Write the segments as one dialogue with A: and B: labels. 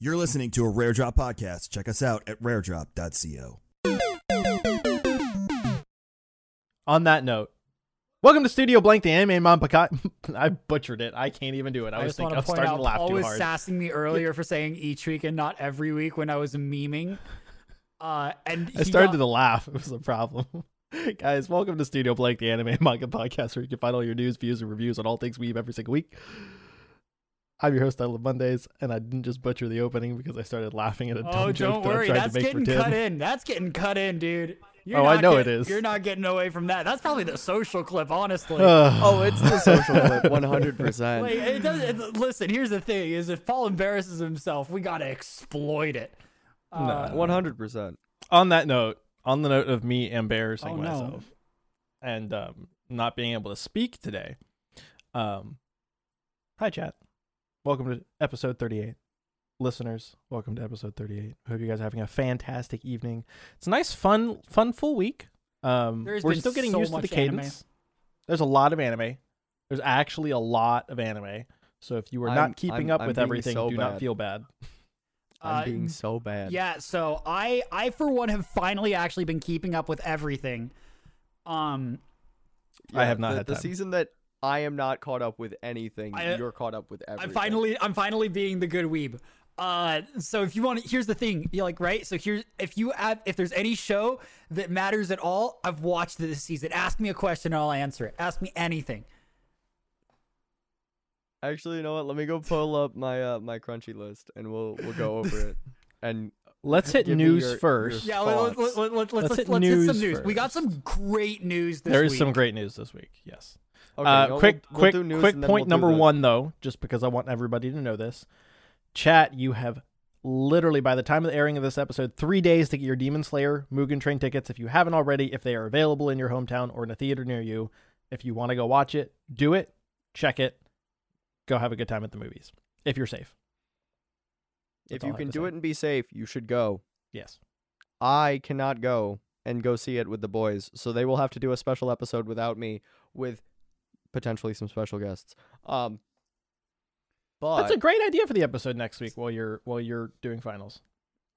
A: You're listening to a Rare Drop podcast. Check us out at raredrop.co.
B: On that note, welcome to Studio Blank, the anime and manga. podca- I butchered it. I can't even do it. I,
C: I
B: was
C: just
B: thinking
C: want to
B: I'm
C: point
B: starting
C: out,
B: to laugh
C: Paul
B: too
C: was
B: hard.
C: sassing me earlier for saying each week and not every week when I was memeing. Uh, and
B: I
C: he
B: started
C: got-
B: to laugh. It was a problem. Guys, welcome to Studio Blank, the anime and manga podcast, where you can find all your news, views, and reviews on all things weeb every single week. I'm your host, I Love Mondays, and I didn't just butcher the opening because I started laughing at a dumb
C: Oh,
B: joke
C: don't
B: that I
C: worry,
B: tried
C: that's
B: to make
C: getting
B: for Tim.
C: cut in. That's getting cut in, dude. You're
B: Oh, I
C: not
B: know
C: get-
B: it is.
C: You're not getting away from that. That's probably the social clip, honestly.
D: Oh, it's the social clip, one hundred
C: like,
D: percent.
C: it does, it, listen, here's the thing: is if Paul embarrasses himself, we gotta exploit it. Uh,
D: One hundred percent.
B: on that note, on the note of me embarrassing
C: Oh, no.
B: myself and um, not being able to speak today, um, hi chat, welcome to episode thirty-eight, listeners. Welcome to episode thirty-eight. Hope you guys are having a fantastic evening. It's a nice, fun, fun full week. Um,
C: There's
B: we're
C: been
B: still getting
C: so
B: used to the
C: much anime.
B: cadence. There's a lot of anime. There's actually a lot of anime. So if you are
D: I'm-
B: not keeping
D: I'm-
B: up
D: I'm
B: with
D: being
B: everything,
D: so
B: do not
D: bad.
B: feel bad.
C: uh,
D: I'm being so bad.
C: Yeah, so I I for one have finally actually been keeping up with everything. Um
B: I have not
D: the,
B: had
D: the
B: time.
D: season that I am not caught up with anything.
C: I- uh,
D: you're caught up with everything.
C: I'm finally I'm finally being the good weeb. Uh so if you want to here's the thing, you like right? So here's if you have if there's any show that matters at all, I've watched it this season. Ask me a question and I'll answer it. Ask me anything.
D: Actually, you know what? Let me go pull up my uh, my crunchy list, and we'll we'll go over it. And
B: Let's hit
D: Give me
B: news
D: your- your
B: first.
C: Yeah, let, let,
D: Thoughts.
C: let, let,
B: Let's
C: let's,
B: hit
C: let's, let's hit
B: news
C: some news. We got some great news this
B: There
C: week.
B: is some great news this week. Yes.
D: okay,
B: uh,
D: you know, we'll-
B: quick,
D: we'll
B: quick,
D: do news
B: quick
D: and then
B: point
D: we'll do
B: number
D: the-
B: one though, just because I want everybody to know this. Chat, you have literally by the time of the airing of this episode, three days to get your Demon Slayer Mugen Train tickets if you haven't already. If they are available in your hometown or in a theater near you, if you want to go watch it, do it. Check it. Go have a good time at the movies if you're safe.
D: If
B: That's all
D: you
B: I have
D: can
B: to
D: do
B: say.
D: it and be safe, you should go.
B: yes.
D: I cannot go and go see it with the boys, so they will have to do a special episode without me, with potentially some special guests. Um, but
B: That's a great idea for the episode next week while you're while you're doing finals.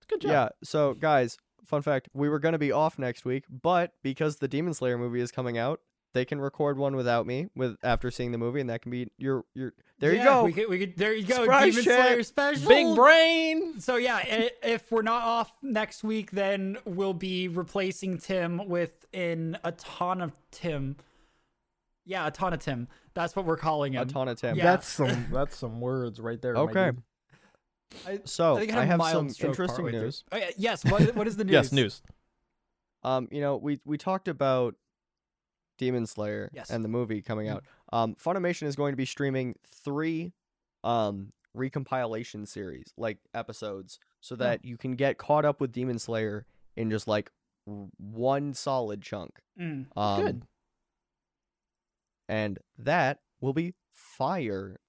B: Good job.
D: Yeah. So, guys, fun fact: we were gonna be off next week, but because the Demon Slayer movie is coming out, they can record one without me with after seeing the movie, and that can be your your. There
C: Yeah,
D: you go.
C: We could, we could, there you go.
D: Surprise
C: Demon
D: shit.
C: Slayer special.
B: Big brain.
C: So yeah, i- if we're not off next week, then we'll be replacing Tim with an autonomy Tim. Yeah, autonomy Tim. That's what we're calling
D: a
C: him.
D: ton of Tim.
C: Yeah.
B: That's some that's some words right there. my
D: Okay.
B: dude.
D: So
C: think
D: Oh, I
C: had a
D: have
C: mild
D: some
C: stroke
D: interesting
C: partway through.
D: news.
C: Oh, yeah, yes. What, what is the news?
B: Yes, news.
D: Um, you know, we we talked about Demon Slayer
C: Yes. Mm-hmm.
D: and the movie coming out. Um, Funimation is going to be streaming three, um, recompilation series like episodes, so that you can get caught up with Demon Slayer in just like r- one solid chunk.
C: Mm.
D: Um,
B: Good.
D: And that will be fire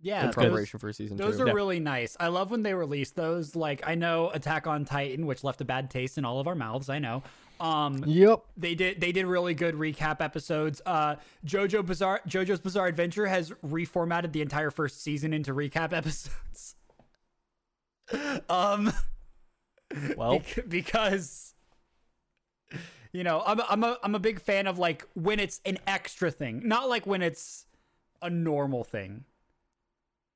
C: Yeah.
D: in
C: Those,
D: preparation for season
C: those
D: two.
C: are
B: Yeah.
C: really nice. I love when they release those. Like I know Attack on Titan, which left a bad taste in all of our mouths. I know. Um,
B: Yep.
C: they did they did really good recap episodes. Uh, JoJo Bizarre JoJo's Bizarre Adventure has reformatted the entire first season into recap episodes. um,
D: Oh.
B: Well,
C: bec- because you know I'm a, I'm a I'm a big fan of like when it's an extra thing, not like when it's a normal thing.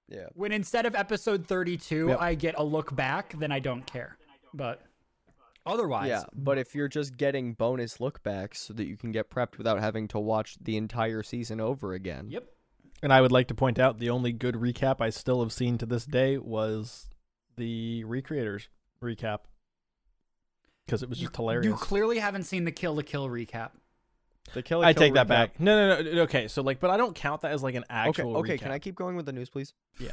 D: yeah.
C: When instead of episode 32,
B: Yep.
C: I get a look back, then I don't care. But otherwise,
D: Yeah, but if you're just getting bonus look backs so that you can get prepped without having to watch the entire season over again.
C: yep.
B: and I would like to point out the only good recap I still have seen to this day was the recreators recap because it was just hilarious.
C: You clearly haven't seen the Kill to Kill recap.
D: The Kill la
B: I
D: Kill
B: take that
D: recap-
B: back. No, no, no. Okay, so like, but I don't count that as like an
D: Okay,
B: actual.
D: okay.
B: recap.
D: Can I keep going with the news, please?
B: Yeah.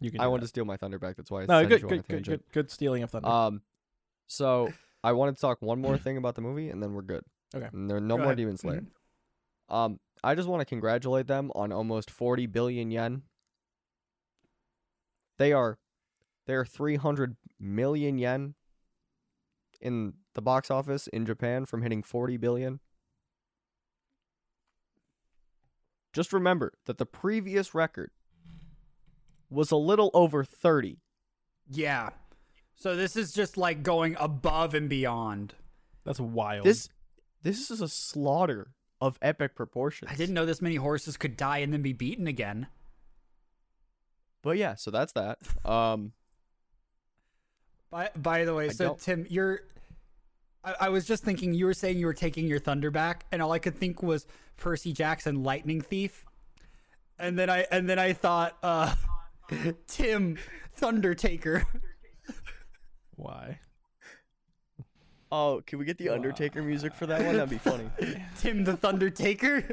B: You can.
D: I
B: do
D: wanted to
B: that.
D: steal my thunder back. That's why I
B: No,
D: sent
B: good,
D: you on a
B: good, good, good,
D: tangent.
B: good stealing of thunder.
D: Um, so I wanted to talk one more thing about the movie, and then we're good.
B: Okay. Mm-hmm.
D: And there are no
C: Go
D: more
C: ahead. Mm-hmm.
D: Demon Slayer. Um, I just want to congratulate them on almost forty billion yen. They are, they are three hundred million yen. In the box office in Japan from hitting forty billion. Just remember that the previous record was a little over thirty.
C: Yeah. So this is just like going above and beyond.
B: That's wild.
D: This this is a slaughter of epic proportions.
C: I didn't know this many horses could die and then be beaten again.
D: But yeah, so that's that. Um
C: By by the way,
D: I
C: so
D: don't-
C: Tim, you're. I, I was just thinking you were saying you were taking your thunder back, and all I could think was Percy Jackson, Lightning Thief, and then I and then I thought, uh, Tim, Thunder Taker.
B: Why?
D: oh, can we get the Undertaker music for that one? That'd be funny.
C: Tim the Thunder Taker.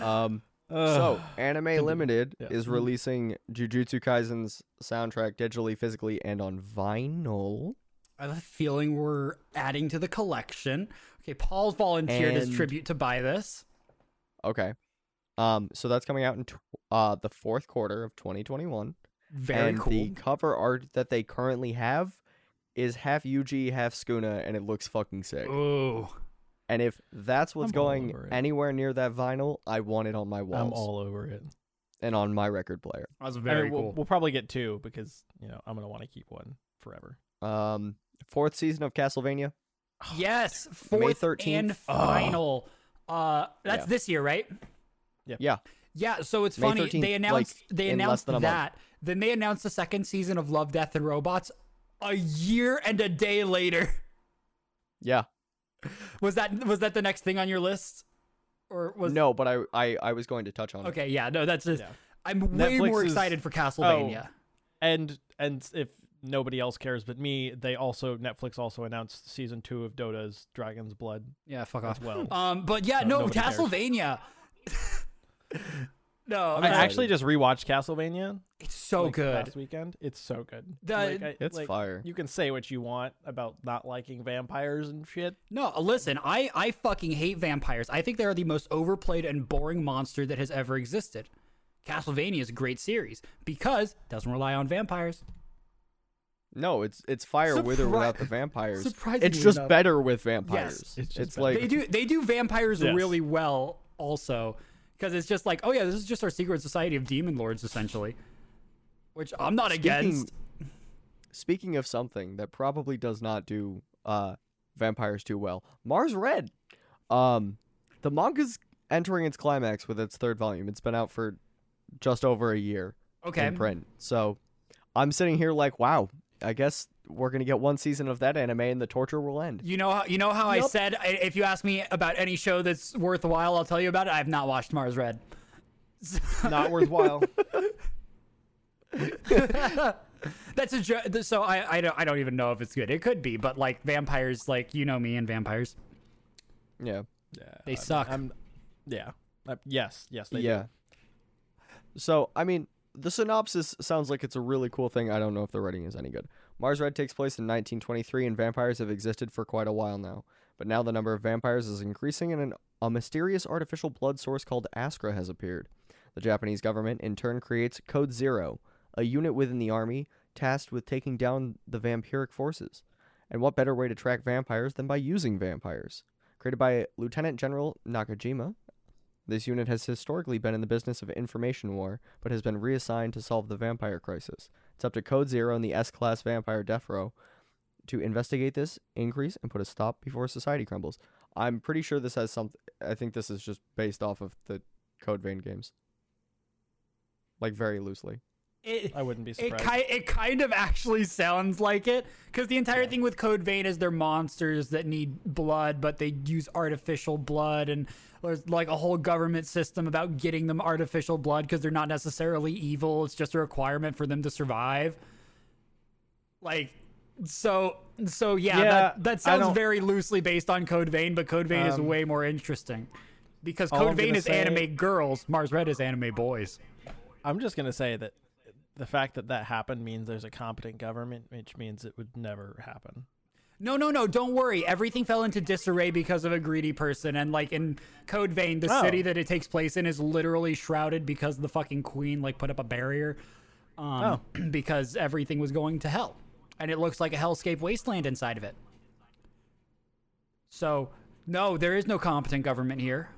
D: Um so, Anime Limited is
B: Mm-hmm.
D: releasing Jujutsu Kaisen's soundtrack digitally, physically, and on vinyl.
C: I have a feeling we're adding to the collection. Okay, Paul volunteered his
D: And-
C: tribute to buy this.
D: Okay. Um, so that's coming out in tw- uh the fourth quarter of 2021.
C: Very
D: and
C: cool.
D: the cover art that they currently have is half Yuji, half Skuna, and it looks fucking sick.
C: Ooh,
D: And if that's what's
B: I'm all
D: going
B: over it.
D: anywhere near that vinyl, I want it on my walls
B: I'm all over it.
D: and on my record player.
C: that was
B: I mean,
C: very
B: we'll,
C: cool.
B: we'll probably get two because you know I'm gonna want to keep one forever.
D: Um, fourth season of Castlevania.
C: yes, fourth
D: 13th.
C: and final. Uh, that's
D: Yeah.
C: this year, right?
D: Yeah,
C: Yeah, so it's
D: May
C: funny they
D: 13th, like,
C: announced they
D: in less
C: announced
D: than a
C: that.
D: month.
C: Then they announced the second season of Love, Death and Robots a year and a day later.
D: yeah.
C: Was that was that the next thing on your list? Or was
D: no, but I, I I was going to touch on it.
C: Okay, yeah, no, that's just
B: Yeah.
C: I'm way
B: Netflix
C: more
B: is-
C: excited for Castlevania.
D: Oh.
B: And and if nobody else cares but me, they also Netflix also announced season two of Dota's Dragon's Blood
C: Yeah, fuck off.
B: as well.
C: Um but yeah,
B: No,
C: no,
B: nobody cares.
C: Castlevania. no,
B: I mean,
C: uh,
B: I actually just rewatched Castlevania
C: it's so
B: like,
C: Oh, good.
B: last weekend. It's so good.
C: The-
B: Like, I-
D: It's
B: like,
D: fire.
B: You can say what you want about not liking vampires and shit.
C: No, uh, listen, I I fucking hate vampires. I think they are the most overplayed and boring monster that has ever existed. Castlevania is a great series because it doesn't rely on vampires.
D: No, it's it's fire with or
C: Surpri-
D: without the vampires. it's
C: surprisingly
D: just
C: enough.
D: better with vampires.
B: It's
D: It's,
B: just better.
D: like
C: They do they do vampires
B: Yes.
C: really well also because it's just like, oh yeah, this is just our secret society of demon lords essentially, which I'm not against.
D: speaking of something that probably does not do uh vampires too well mars red um the manga's entering its climax with its third volume it's been out for just over a year
C: Okay.
D: in print so i'm sitting here like wow i guess we're gonna get one season of that anime and the torture will end
C: You know how you know how I
D: Yup.
C: said I- if you ask me about any show that's worthwhile, I'll tell you about it. I've not watched Mars Red.
B: Not worthwhile.
C: That's a jo- th- so I I don't I don't even know if it's good. It could be, but like vampires, like you know me and vampires,
D: yeah
B: yeah,
C: they suck.
B: I'm, yeah. Uh, yes. Yes. They do.
D: yeah so i mean the synopsis sounds like it's a really cool thing i don't know if the writing is any good mars red takes place in 1923 and vampires have existed for quite a while now but now the number of vampires is increasing and an, a mysterious artificial blood source called astra has appeared the japanese government in turn creates code zero a unit within the army tasked with taking down the vampiric forces and what better way to track vampires than by using vampires created by lieutenant general nakajima this unit has historically been in the business of information war, but has been reassigned to solve the vampire crisis. It's up to Code Zero and the S Class Vampire Death Row to investigate this increase and put a stop before society crumbles. I'm pretty sure this has something. I think this is just based off of the Code Vein games. Like, very loosely.
C: It-
B: I wouldn't be
C: It,
B: surprised.
C: ki- it kind of actually sounds like it because the entire thing with Code Vein is they're monsters that need blood, but they use artificial blood, and there's like a whole government system about getting them artificial blood because they're not necessarily evil. It's just a requirement for them to survive. Like, so, so yeah,
B: Yeah,
C: that,
B: I
C: that sounds
B: don't-
C: very loosely based on Code Vein, but Code Vein is
B: Um,
C: way more interesting because
B: all I'm
C: Code Vein
B: gonna
C: is
B: say-
C: anime girls, Mars Red is anime boys.
B: I'm just gonna say that the fact that that happened means there's a competent government, which means it would never happen.
C: No, no, no, don't worry. Everything fell into disarray because of a greedy person. And, like, in Code Vein, the
B: Oh.
C: city that it takes place in is literally shrouded because the fucking queen, like, put up a barrier. Um, Because everything was going to hell. And it looks like a hellscape wasteland inside of it. So, no, there is no competent government here.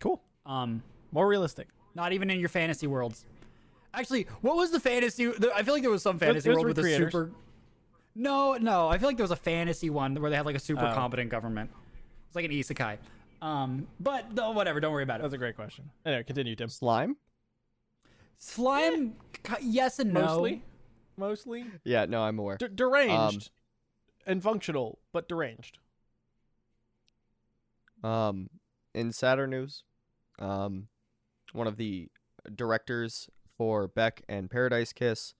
B: Cool.
C: Um,
B: More realistic.
C: not even in your fantasy worlds. Actually, what was the fantasy? The, I feel like there was some fantasy
B: those
C: world
B: were
C: with a
B: creators.
C: super. No, no. I feel like there was a fantasy one where they had like a super
B: Oh.
C: competent government. It's like an isekai. Um, but no, whatever. Don't worry about it.
B: That's a great question. Anyway, continue, Tim.
D: Slime?
C: Slime. ki- Yes and no.
B: Mostly, mostly
D: Yeah, no, I'm aware.
B: D- deranged and functional, but deranged.
D: Um, in sadder news, um, one of the directors for Beck and Paradise Kiss,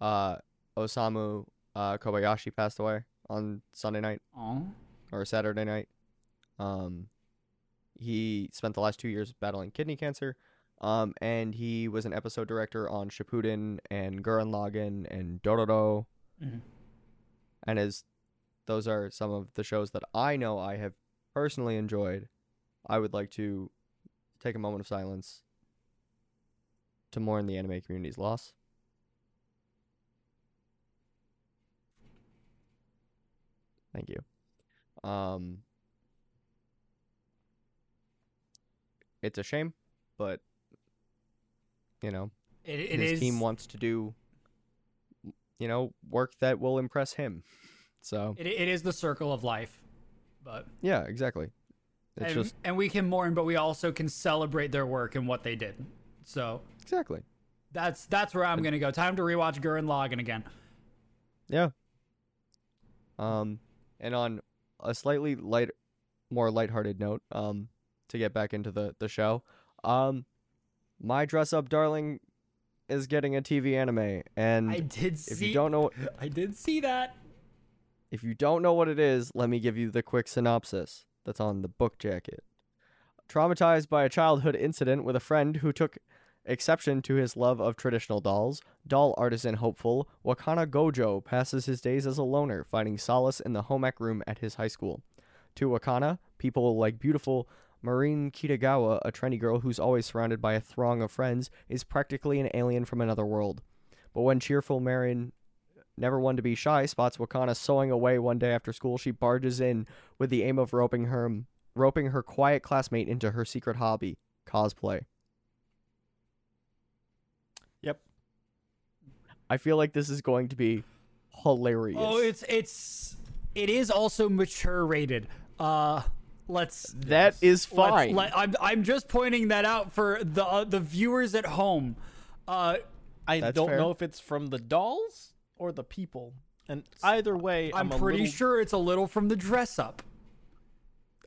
D: uh, Osamu uh, Kobayashi passed away on Sunday night
C: Aw.
D: or Saturday night. Um, he spent the last two years battling kidney cancer. Um, and he was an episode director on Shippuden and Gurren Lagann and Dororo.
C: Mhm.
D: And as those are some of the shows that I know I have personally enjoyed, I would like to take a moment of silence to mourn the anime community's loss. Thank you. Um, it's a shame, but you know,
C: It, it
D: his
C: is.
D: team wants to do, you know, work that will impress him. So
C: It, it is the circle of life, but
D: yeah, exactly. It's
C: and,
D: just
C: and we can mourn, but we also can celebrate their work and what they did. So
D: exactly,
C: that's that's where I'm gonna go. Time to rewatch Gurren Lagann again.
D: yeah. Um, and on a slightly light, more lighthearted note, um, to get back into the the show, um, my dress up darling is getting a TV anime, and
C: I did
D: Mm. if
C: see.
D: you don't know
C: I did see that.
D: If you don't know what it is, let me give you the quick synopsis that's on the book jacket. Traumatized by a childhood incident with a friend who took exception to his love of traditional dolls, doll artisan hopeful Wakana Gojo passes his days as a loner, finding solace in the home ec room at his high school. To Wakana, people like beautiful Marine Kitagawa, a trendy girl who's always surrounded by a throng of friends, is practically an alien from another world. But when cheerful Marin never one to be shy, spots Wakana sewing away one day after school. She barges in with the aim of roping her roping her quiet classmate into her secret hobby, cosplay.
B: Yep.
D: I feel like this is going to be hilarious.
C: Oh, it's it's it is also mature rated. Uh, let's.
D: that is
C: let's-
D: fine.
C: let- I'm I'm just pointing that out for the uh, the viewers at home. Uh,
B: I
D: That's
B: don't
D: fair.
B: know if it's from the dolls or the people. And either way,
C: I'm,
B: I'm, a
C: pretty
B: little-
C: sure it's a little from the dress up.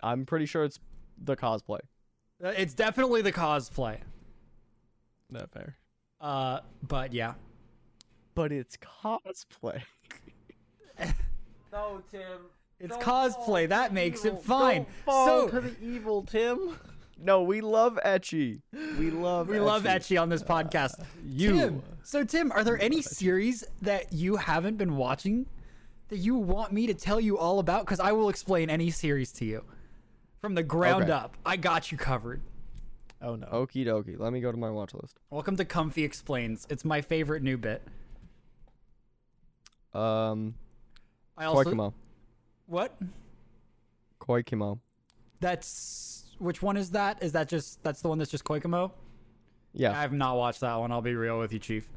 D: I'm pretty sure it's the cosplay.
C: Uh, It's definitely the cosplay.
B: Not fair.
C: Uh, but yeah.
D: But it's cosplay.
B: No, Tim.
C: It's cosplay. That makes it fine. So
B: the evil, Tim.
D: No, we love etchy. We love
C: we love Etchy on this podcast.
B: you.
C: uh, Tim, so Tim, are there any series that you haven't been watching that you want me to tell you all about? Because I will explain any series to you from the ground
D: Okay.
C: up. I got you covered.
B: Oh no.
D: Okie dokie. Let me go to my watch list.
C: Welcome to Comfy Explains. It's my favorite new bit.
D: Um
C: I also
D: Koikimo.
C: what?
D: Koikimo.
C: That's which one is that? Is that just that's the one that's just Koikomo? I
D: Yeah.
C: have not watched that one. I'll be real with you, Chief.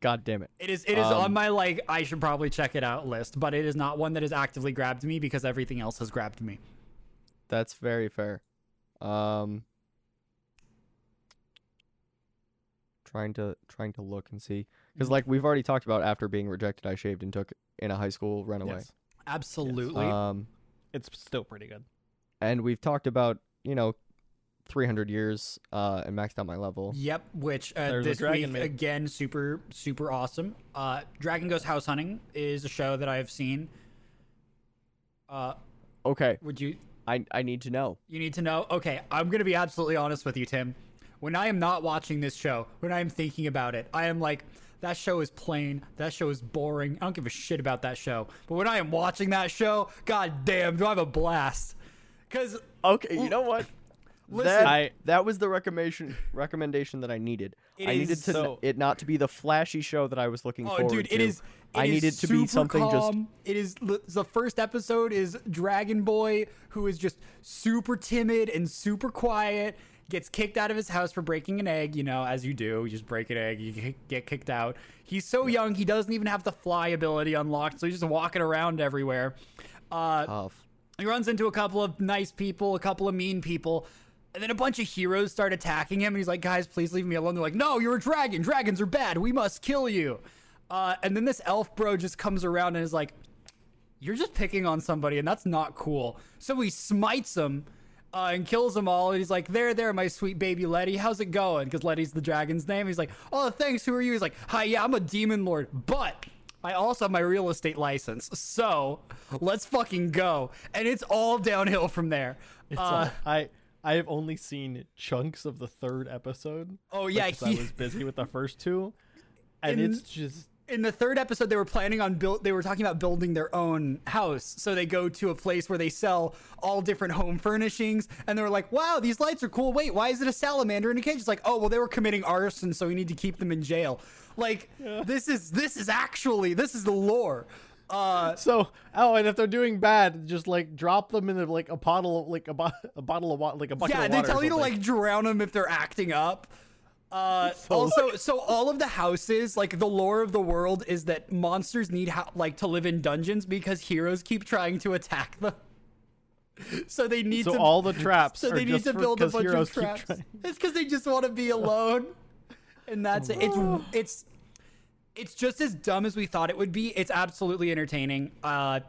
D: God damn it.
C: It is it is
D: Um,
C: on my like I should probably check it out list, but it is not one that has actively grabbed me because everything else has grabbed me.
D: That's very fair. Um trying to trying to look and see cuz like we've already talked about after being rejected I shaved and took in a high school runaway.
B: Yes.
C: Absolutely.
B: Uh,
D: Um
B: It's still pretty good.
D: and we've talked about, you know, 300 years uh and maxed out my level.
C: Yep, which uh,
B: There's a
C: this
B: dragon meat.
C: week again, super super awesome. Uh, Dragon Goes House Hunting is a show that I have seen. Uh,
D: Okay,
C: would you
D: I I need to know.
C: you need to know? Okay, I'm gonna be absolutely honest with you, Tim. When I am not watching this show, when I am thinking about it, I am like, that show is plain. That show is boring. I don't give a shit about that show. But when I am watching that show, god damn, do I have a blast? Because
D: Okay, you know what?
C: listen,
D: That,
B: I-
D: that was the recommendation recommendation that I needed.
C: It
D: I
C: is
D: needed to
B: so-
D: it not to be the flashy show that I was looking
C: Oh,
D: forward
C: dude,
D: to.
C: it is.
D: I
C: it is
D: needed to be
C: super
D: something just
C: calm. It is l- the first episode is Dragon Boy, who is just super timid and super quiet, gets kicked out of his house for breaking an egg. You know, as you do, you just break an egg, you ki- get kicked out. He's so young, he doesn't even have the fly ability unlocked, so he's just walking around everywhere. Uh,
D: Tough.
C: he runs into a couple of nice people, a couple of mean people, and then a bunch of heroes start attacking him. And he's like, "Guys, please leave me alone." They're like, "No, you're a dragon. Dragons are bad. We must kill you." Uh, and then this elf bro just comes around and is like, "You're just picking on somebody, and that's not cool." So he smites him. Uh, and kills them all, and he's like, "There, there, my sweet baby Letty, how's it going?" Because Letty's the dragon's name. He's like, "Oh, thanks. Who are you?" He's like, "Hi, yeah, I'm a demon lord, but I also have my real estate license, so let's fucking go. And it's all downhill from there.
B: It's
C: Uh,
B: all- I I have only seen chunks of the third episode.
C: Oh, yeah,
B: because
C: he-
B: I was busy with the first two, and
C: In-
B: it's just
C: in the third episode, they were planning on build. They were talking about building their own house, so they go to a place where they sell all different home furnishings, and they were like, "Wow, these lights are cool. Wait, why is it a salamander in a cage?" It's like, "Oh, well, they were committing arson, so we need to keep them in jail." Like, this is this is actually this is the lore. Uh,
B: So, oh, and if they're doing bad, just like drop them in like a bottle, of like a, bo- a bottle of water, like a bucket.
C: Yeah,
B: of
C: they
B: water or
C: tell you to
B: something.
C: like drown them if they're acting up. Uh, also, so all of the houses, like the lore of the world, is that monsters need ho- like to live in dungeons because heroes keep trying to attack them. So they need
B: So
C: to.
B: all the traps.
C: so
B: are
C: they need
B: just
C: to
B: for-
C: build a
B: 'cause
C: bunch
B: heroes
C: of
B: keep
C: traps.
B: trying-
C: It's because they just want to be alone, and that's it. It's
B: Oh,
C: it's it's just as dumb as we thought it would be. It's absolutely entertaining. Uh,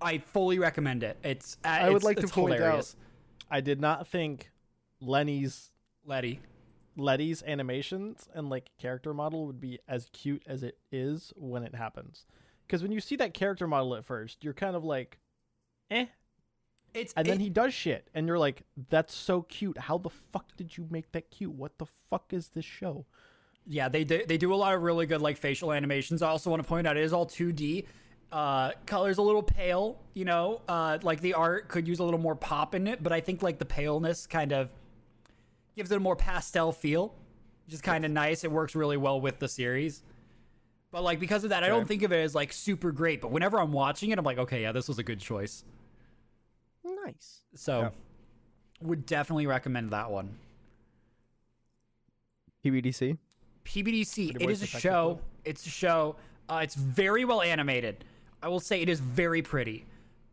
C: I fully recommend it. It's uh,
B: I would
C: it's-
B: like to
C: it's
B: point out-
C: hilarious.
B: I did not think Lenny's
C: Letty.
B: Letty's animations and like character model would be as cute as it is when it happens. Because when you see that character model at first, you're kind of like, eh.
C: It's
B: And then
C: it-
B: he does shit, and you're like, that's so cute. How the fuck did you make that cute? What the fuck is this show?
C: Yeah, they do, they do a lot of really good like facial animations. I also want to point out it is all 2D. Uh, color's a little pale, you know. Uh, like the art could use a little more pop in it, but I think like the paleness kind of gives it a more pastel feel, which is kind of nice. It works really well with the series. But like because of that, I don't think of it as like super great. But whenever I'm watching it, I'm like, okay, yeah, this was a good choice.
D: Nice.
C: So, would definitely recommend that one.
D: PBDC.
C: PBDC. It
B: Boys
C: is a
B: Detective
C: show. It's a show. Uh, it's very well animated. I will say it is very pretty.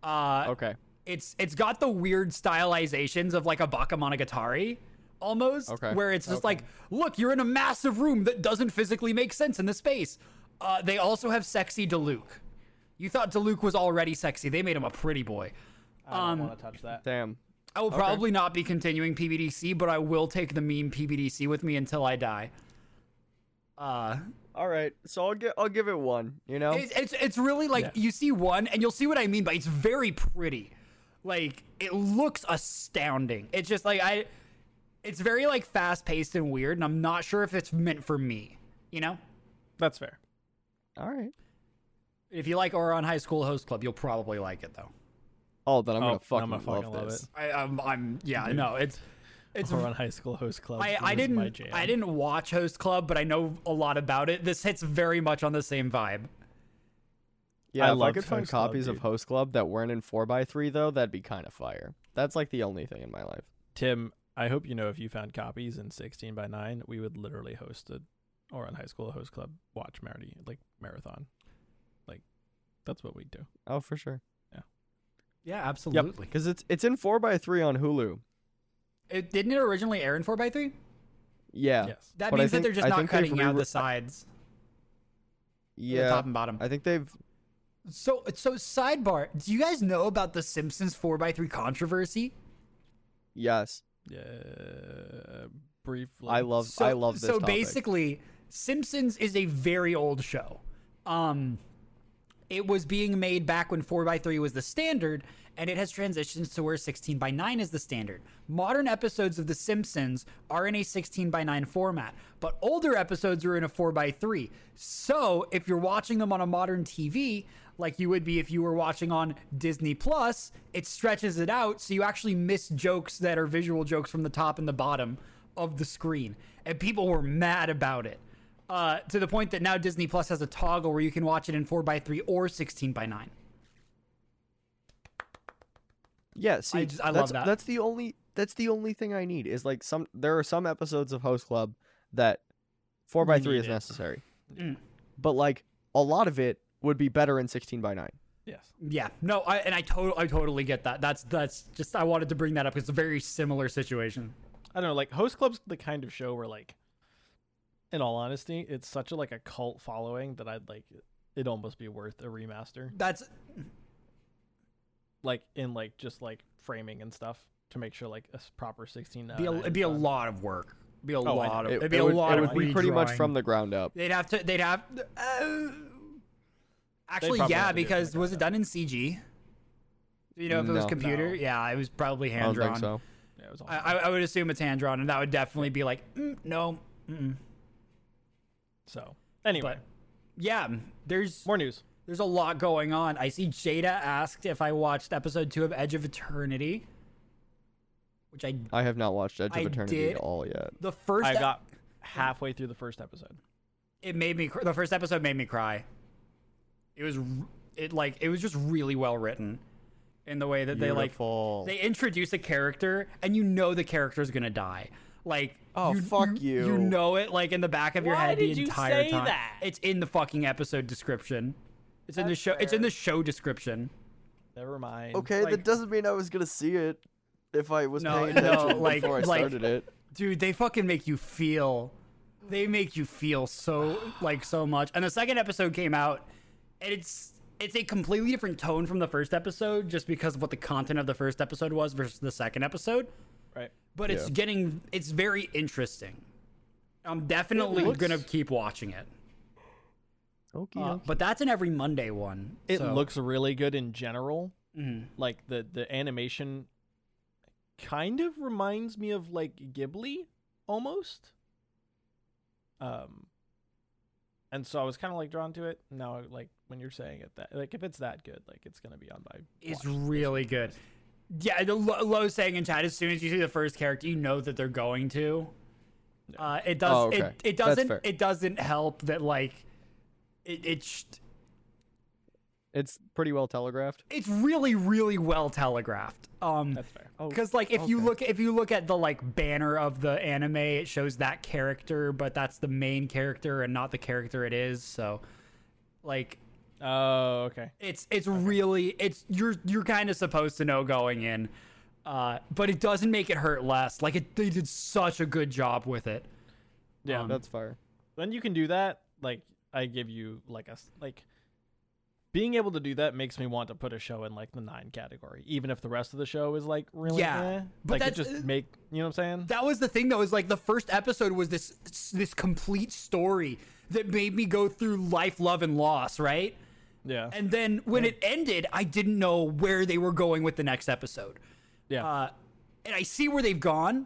C: Uh,
D: Okay.
C: It's it's got the weird stylizations of like a Bakemonogatari almost,
D: Okay.
C: where it's just like, look, you're in a massive room that doesn't physically make sense in the space. Uh, they also have sexy Diluc. You thought Diluc was already sexy. They made him a pretty boy. Um,
B: I don't want to touch that.
D: Damn.
C: I will probably not be continuing PBDC, but I will take the meme PBDC with me until I die. Uh,
D: All right. So I'll give I'll give it one. You know.
C: It's it's, it's really like
B: Yeah.
C: you see one and you'll see what I mean by it's very pretty. Like it looks astounding. It's just like I it's very like fast paced and weird and I'm not sure if it's meant for me, you know?
B: That's fair.
D: All right.
C: If you like Oron High School Host Club, you'll probably like it though.
D: Oh, then I'm
B: Oh,
D: gonna fucking,
B: I'm gonna fucking
D: love,
B: love
D: this.
B: it.
C: I I'm, I'm yeah, no, it's it's
B: Or on High School Host Club.
C: I,
B: It was
C: I
B: my
C: didn't
B: jam.
C: I didn't watch Host Club, but I know a lot about it. This hits very much on the same vibe.
D: Yeah,
B: I
D: if I
B: loved
D: could find
B: Host Club,
D: copies of
B: dude.
D: Host Club that weren't in 4x3 though, that'd be kind of fire. That's like the only thing in my life.
B: Tim, I hope you know if you found copies in 16 by 9, we would literally host a or on High School Host Club watch Marty like marathon. Like that's what we do.
D: Oh, for sure.
C: Yeah, absolutely.
D: Because it's it's in 4x3 on Hulu.
C: It, didn't it originally air in 4x3?
D: Yeah.
B: Yes.
C: That
D: But I
C: means
D: think-
C: that they're just
D: I
C: not
D: think they've
C: cutting out
D: rewri-
C: the sides,
D: Yeah.
C: the top and bottom.
D: I think they've
C: So, so sidebar. Do you guys know about the Simpsons four x three controversy?
D: yes.
B: Yeah. Briefly.
D: I love
C: So,
D: I love this.
C: So
D: topic.
C: basically, Simpsons is a very old show. Um, it was being made back when 4x3 was the standard, and it has transitioned to where 16x9 is the standard. Modern episodes of The Simpsons are in a 16x9 format, but older episodes are in a 4x3. So if you're watching them on a modern TV, like you would be if you were watching on Disney Plus, it stretches it out so you actually miss jokes that are visual jokes from the top and the bottom of the screen. And people were mad about it uh, to the point that now Disney Plus has a toggle where you can watch it in 4x3 or 16x9.
D: Yeah, see,
C: just- I love
D: that's,
C: that.
D: That's the only that's the only thing I need is like some there are some episodes of Host Club that 4 by 3
B: need
D: is
B: it.
D: necessary.
C: Mm.
D: But like a lot of it would be better in 16 by 9.
B: Yes.
C: Yeah, no, I, and I totally, I totally get that. That's that's just I wanted to bring that up because it's a very similar situation.
B: I don't know, like Host Club's the kind of show where like in all honesty, it's such a like a cult following that I'd like it'd almost be worth a remaster.
C: That's
B: Like in like just like framing and stuff to make sure like a s- proper 16
C: be a,
B: uh,
C: it'd be a lot of work. Be a
B: know.
C: lot of
D: It,
C: it'd be
D: Oh, it
C: a
D: would,
C: lot
D: it
C: of
D: would be pretty much
C: redrawing.
D: from the ground up.
C: They'd have to. They'd have. Uh, actually,
B: probably have to
C: yeah,
B: do it from
C: because
B: the
C: was it done in CG? You know, if it was
D: No.
C: computer,
B: No.
C: yeah, it was probably
D: I
C: hand
D: don't
C: drawn.
D: think so.
B: Yeah, it was
C: I,
B: awesome.
C: I I would assume it's hand drawn, and that would definitely be like, mm, no, mm-mm.
B: so, anyway,
C: but- yeah. There's
B: more news.
C: there's a lot going on. I see Jada asked if I watched episode two of Edge of Eternity, which I
D: I have not watched Edge of
C: I
D: Eternity
C: did-
D: at all yet.
C: the first
B: I
C: e-
B: got halfway through the first episode.
C: it made me cr- the first episode made me cry. It was r- it like it was just really well written in the way that they like
D: Beautiful.
C: they introduce a character and you know the character is gonna die. Like
D: Oh, fuck
C: you.
D: you.
C: know it like in the back of your
B: Why
C: head the
B: did you
C: entire
B: say
C: time.
B: that?
C: It's in the fucking episode description. It's in the show. It's in the show description.
B: Never mind.
D: Okay,
C: Like-
D: that doesn't mean I was gonna see it if I was
C: No,
D: paying
C: no,
D: attention
C: like-
D: before I
C: like-
D: started it.
C: Dude, they fucking make you feel. They make you feel so like so much. And the second episode came out, and it's it's a completely different tone from the first episode, just because of what the content of the first episode was versus the second episode.
B: Right.
C: But it's
D: Yeah.
C: getting it's very interesting. I'm definitely
B: looks-
C: gonna keep watching it.
D: Okay,
C: Uh, but that's an every Monday one.
B: It
C: so-
B: looks really good in general.
C: Mhm.
B: Like the the animation kind of reminds me of like Ghibli almost. Um and so I was kind of like drawn to it. Now like when you're saying it that like if it's that good, like it's going to be on my
C: It's
B: watch.
C: really good. Yeah, the Lo- Lo's saying in chat as soon as you see the first character, you know that they're going to. Uh, it does.
D: Oh, okay.
C: It, it
D: That's
C: doesn't.
D: fair.
C: It doesn't help that like it, it sh-
D: it's pretty well telegraphed.
C: it's really really well telegraphed. Um,
B: That's fair.
D: Oh,
C: because like if you
D: okay.
C: look if you look at the like banner of the anime, it shows that character, but that's the main character and not the character it is. So, like
B: Oh, okay.
C: It's it's really it's you're you're kind of supposed to know going in, uh, but it doesn't make it hurt less. Like it, they did such a good job with it. um,
B: Yeah.
D: that's fire.
B: when you can do that, like I give you like a s- like being able to do that makes me want to put a show in like the nine category, even if the rest of the show is like really
C: Yeah,
B: eh.
C: but
B: like it
C: that's- uh,
B: just make you know what I'm saying.
C: That was the thing though. Is like the first episode was this this complete story that made me go through life, love, and loss. Right.
B: yeah,
C: And then when it ended, I didn't know where they were going with the next episode.
B: yeah,
C: uh, and I see where they've gone,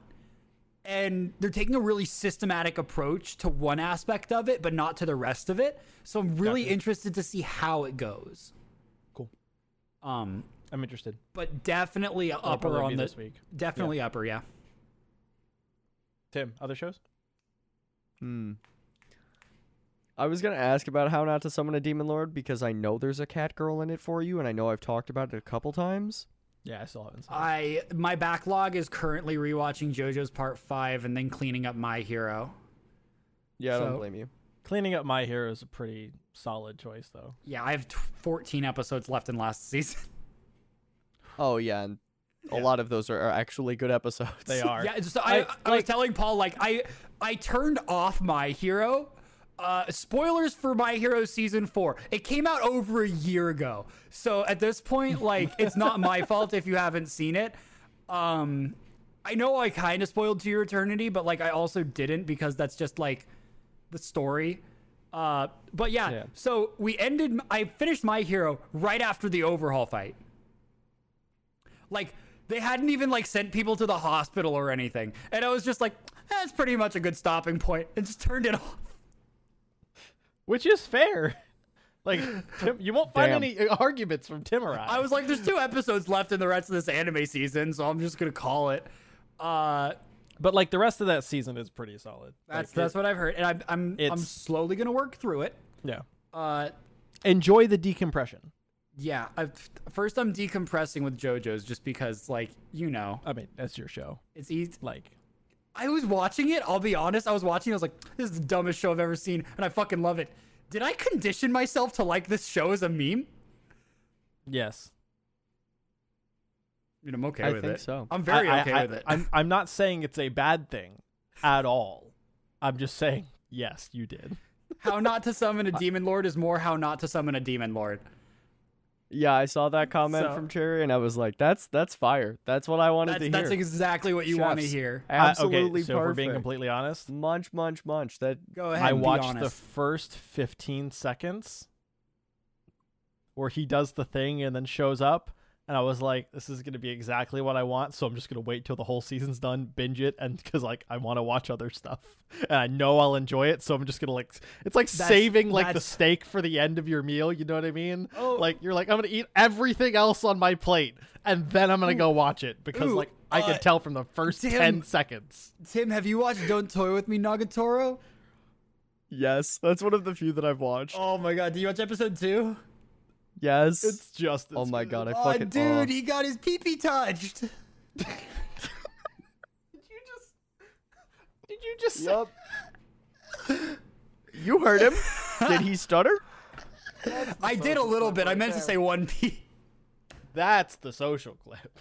C: and they're taking a really systematic approach to one aspect of it, but not to the rest of it. So I'm really
B: Gotcha.
C: interested to see how it goes.
B: cool.
C: Um,
B: I'm interested.
C: but definitely upper
B: probably
C: on
B: be
C: the,
B: this week.
C: Definitely upper, yeah.
B: Tim, other shows?
D: Hmm. I was gonna ask about how not to summon a demon lord because I know there's a cat girl in it for you, and I know I've talked about it a couple times.
B: Yeah, I still haven't. Seen it.
C: I my backlog is currently rewatching JoJo's Part Five and then cleaning up My Hero.
D: Yeah, I
C: So-
D: don't blame you.
B: Cleaning up My Hero is a pretty solid choice, though.
C: Yeah, I have t- 14 episodes left in last season.
D: Oh yeah, and a lot of those are, are actually good episodes.
B: They are.
C: Yeah, so I, I,
B: Like-
C: was
B: like-
C: telling Paul like I I turned off My Hero. Uh, spoilers for My Hero season four. It came out over a year ago, so at this point, like it's not my fault if you haven't seen it. Um, I know I kind of spoiled to your eternity, but like I also didn't because that's just like the story. Uh, but yeah,
B: Yeah.
C: so we ended. I finished My Hero right after the overhaul fight. Like they hadn't even like sent people to the hospital or anything, and I was just like, "Eh, that's pretty much a good stopping point, and just turned it off.
B: Which is fair. Like Tim, you won't find
D: Damn.
B: any uh, arguments from Tim or I.
C: I was like, there's two episodes left in the rest of this anime season, so I'm just gonna call it. Uh,
B: but like the rest of that season is pretty solid.
C: that's
B: Like,
C: that's what I've heard, and I'm I'm, I'm
B: It's-
C: slowly gonna work through it.
B: yeah.
C: Uh,
B: Enjoy the decompression.
C: yeah. I, first, I'm decompressing with JoJo's just because, like, you know,
B: I mean, that's your show.
C: it's e-, easy.
B: Like,
C: I was watching it. I'll be honest. I was watching. it, I was like, this is the dumbest show I've ever seen, and I fucking love it. Did I condition myself to like this show as a meme?
B: yes.
C: I mean, I'm okay
D: I
C: with
D: think
C: it.
D: so.
C: I'm very
B: I- I-
C: okay
B: I-
C: with it.
B: I'm I'm not saying it's a bad thing at all. I'm just saying yes, you did.
C: how not to summon a demon lord is more how not to summon a demon lord.
D: Yeah, I saw that comment
B: So-
D: from Cherry, and I was like, "That's that's fire. That's what I wanted
C: That's,
D: to
C: that's
D: hear."
C: exactly what you want to
D: Chefs.
C: hear.
B: I- okay, so
D: Absolutely
B: if
D: perfect.
B: we're being completely honest,
D: munch, munch, munch. That
C: Go ahead.
B: I
C: and be
B: watched the
C: honest.
B: first 15 seconds where he does the thing and then shows up. And I was like, this is going to be exactly what I want. So I'm just going to wait till the whole season's done, binge it. And because, like, I want to watch other stuff and I know I'll enjoy it. So I'm just going to, like, it's like
C: That's-
B: saving, like, the
C: that's-
B: steak for the end of your meal. You know what I mean?
C: Oh.
B: Like, you're like, I'm going to eat everything else on my plate. And then I'm going to go watch it because,
C: Ooh,
B: like, I
C: uh,
B: could tell from the first
C: Tim.
B: 10 seconds.
C: Tim, have you watched Don't Toy With Me, Nagatoro?
D: yes, that's one of the few that I've watched.
C: Oh my god, did you watch episode two?
D: yes.
B: It's just,
D: oh
B: as
D: my
B: good.
D: god, I
C: Oh,
D: fucking
C: dude,
D: oh.
C: he got his pee pee touched.
B: you just did you just say-
D: Yup. you heard him. Did he stutter?
C: I did a little bit. I meant to say one pee.
B: that's the social clip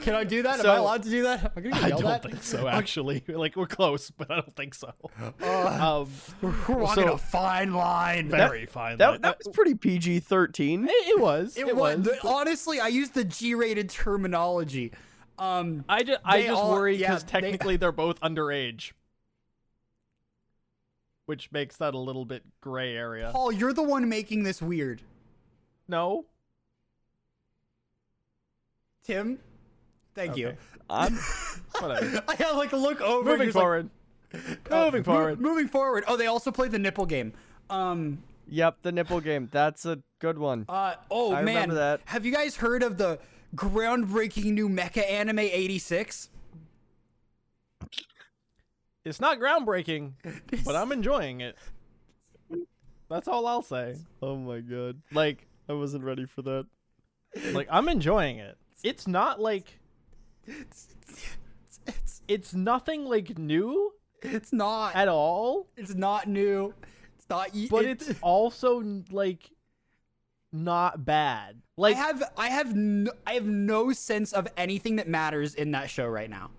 C: Can I do that?
B: So-
C: Am I allowed to do that? Am I gonna get
B: i
C: yelled
B: don't
C: at?
B: think so actually like we're close but i don't think so um
C: Uh, We're walking
B: So-
C: a fine line.
B: very fine
D: That,
B: line.
D: that was pretty PG thirteen.
B: it, it was
C: it was, honestly, I used the G-rated terminology. Um,
B: i just i
C: They
B: just
C: all-
B: worry
C: yeah,
B: because
C: they-
B: technically they... are both underage which makes that a little bit gray area
C: Paul, you're the one making this weird.
B: no
C: Tim, thank you.
B: Okay.
D: I'm
B: whatever
C: I had like a look over.
B: moving
C: you're just like,
B: forward
C: oh,
B: moving
C: mo-
B: forward
C: moving forward. Oh, they also played the nipple game. Um,
D: Yep, the nipple game. That's a good one.
C: Uh, oh
D: I
C: man,
D: remember that.
C: have you guys heard of the groundbreaking new mecha anime '86?
B: it's not groundbreaking but i'm enjoying it that's all i'll say
D: oh my god.
B: like
D: I wasn't ready for that.
B: like i'm enjoying it it's not like
C: It's, it's,
B: it's nothing like new
C: it's not.
B: at all
C: It's not new. It's not. y-
B: but
C: it-
B: it's also n- like not bad like
C: I have. I have. No, I have no sense of anything that matters in that show right now.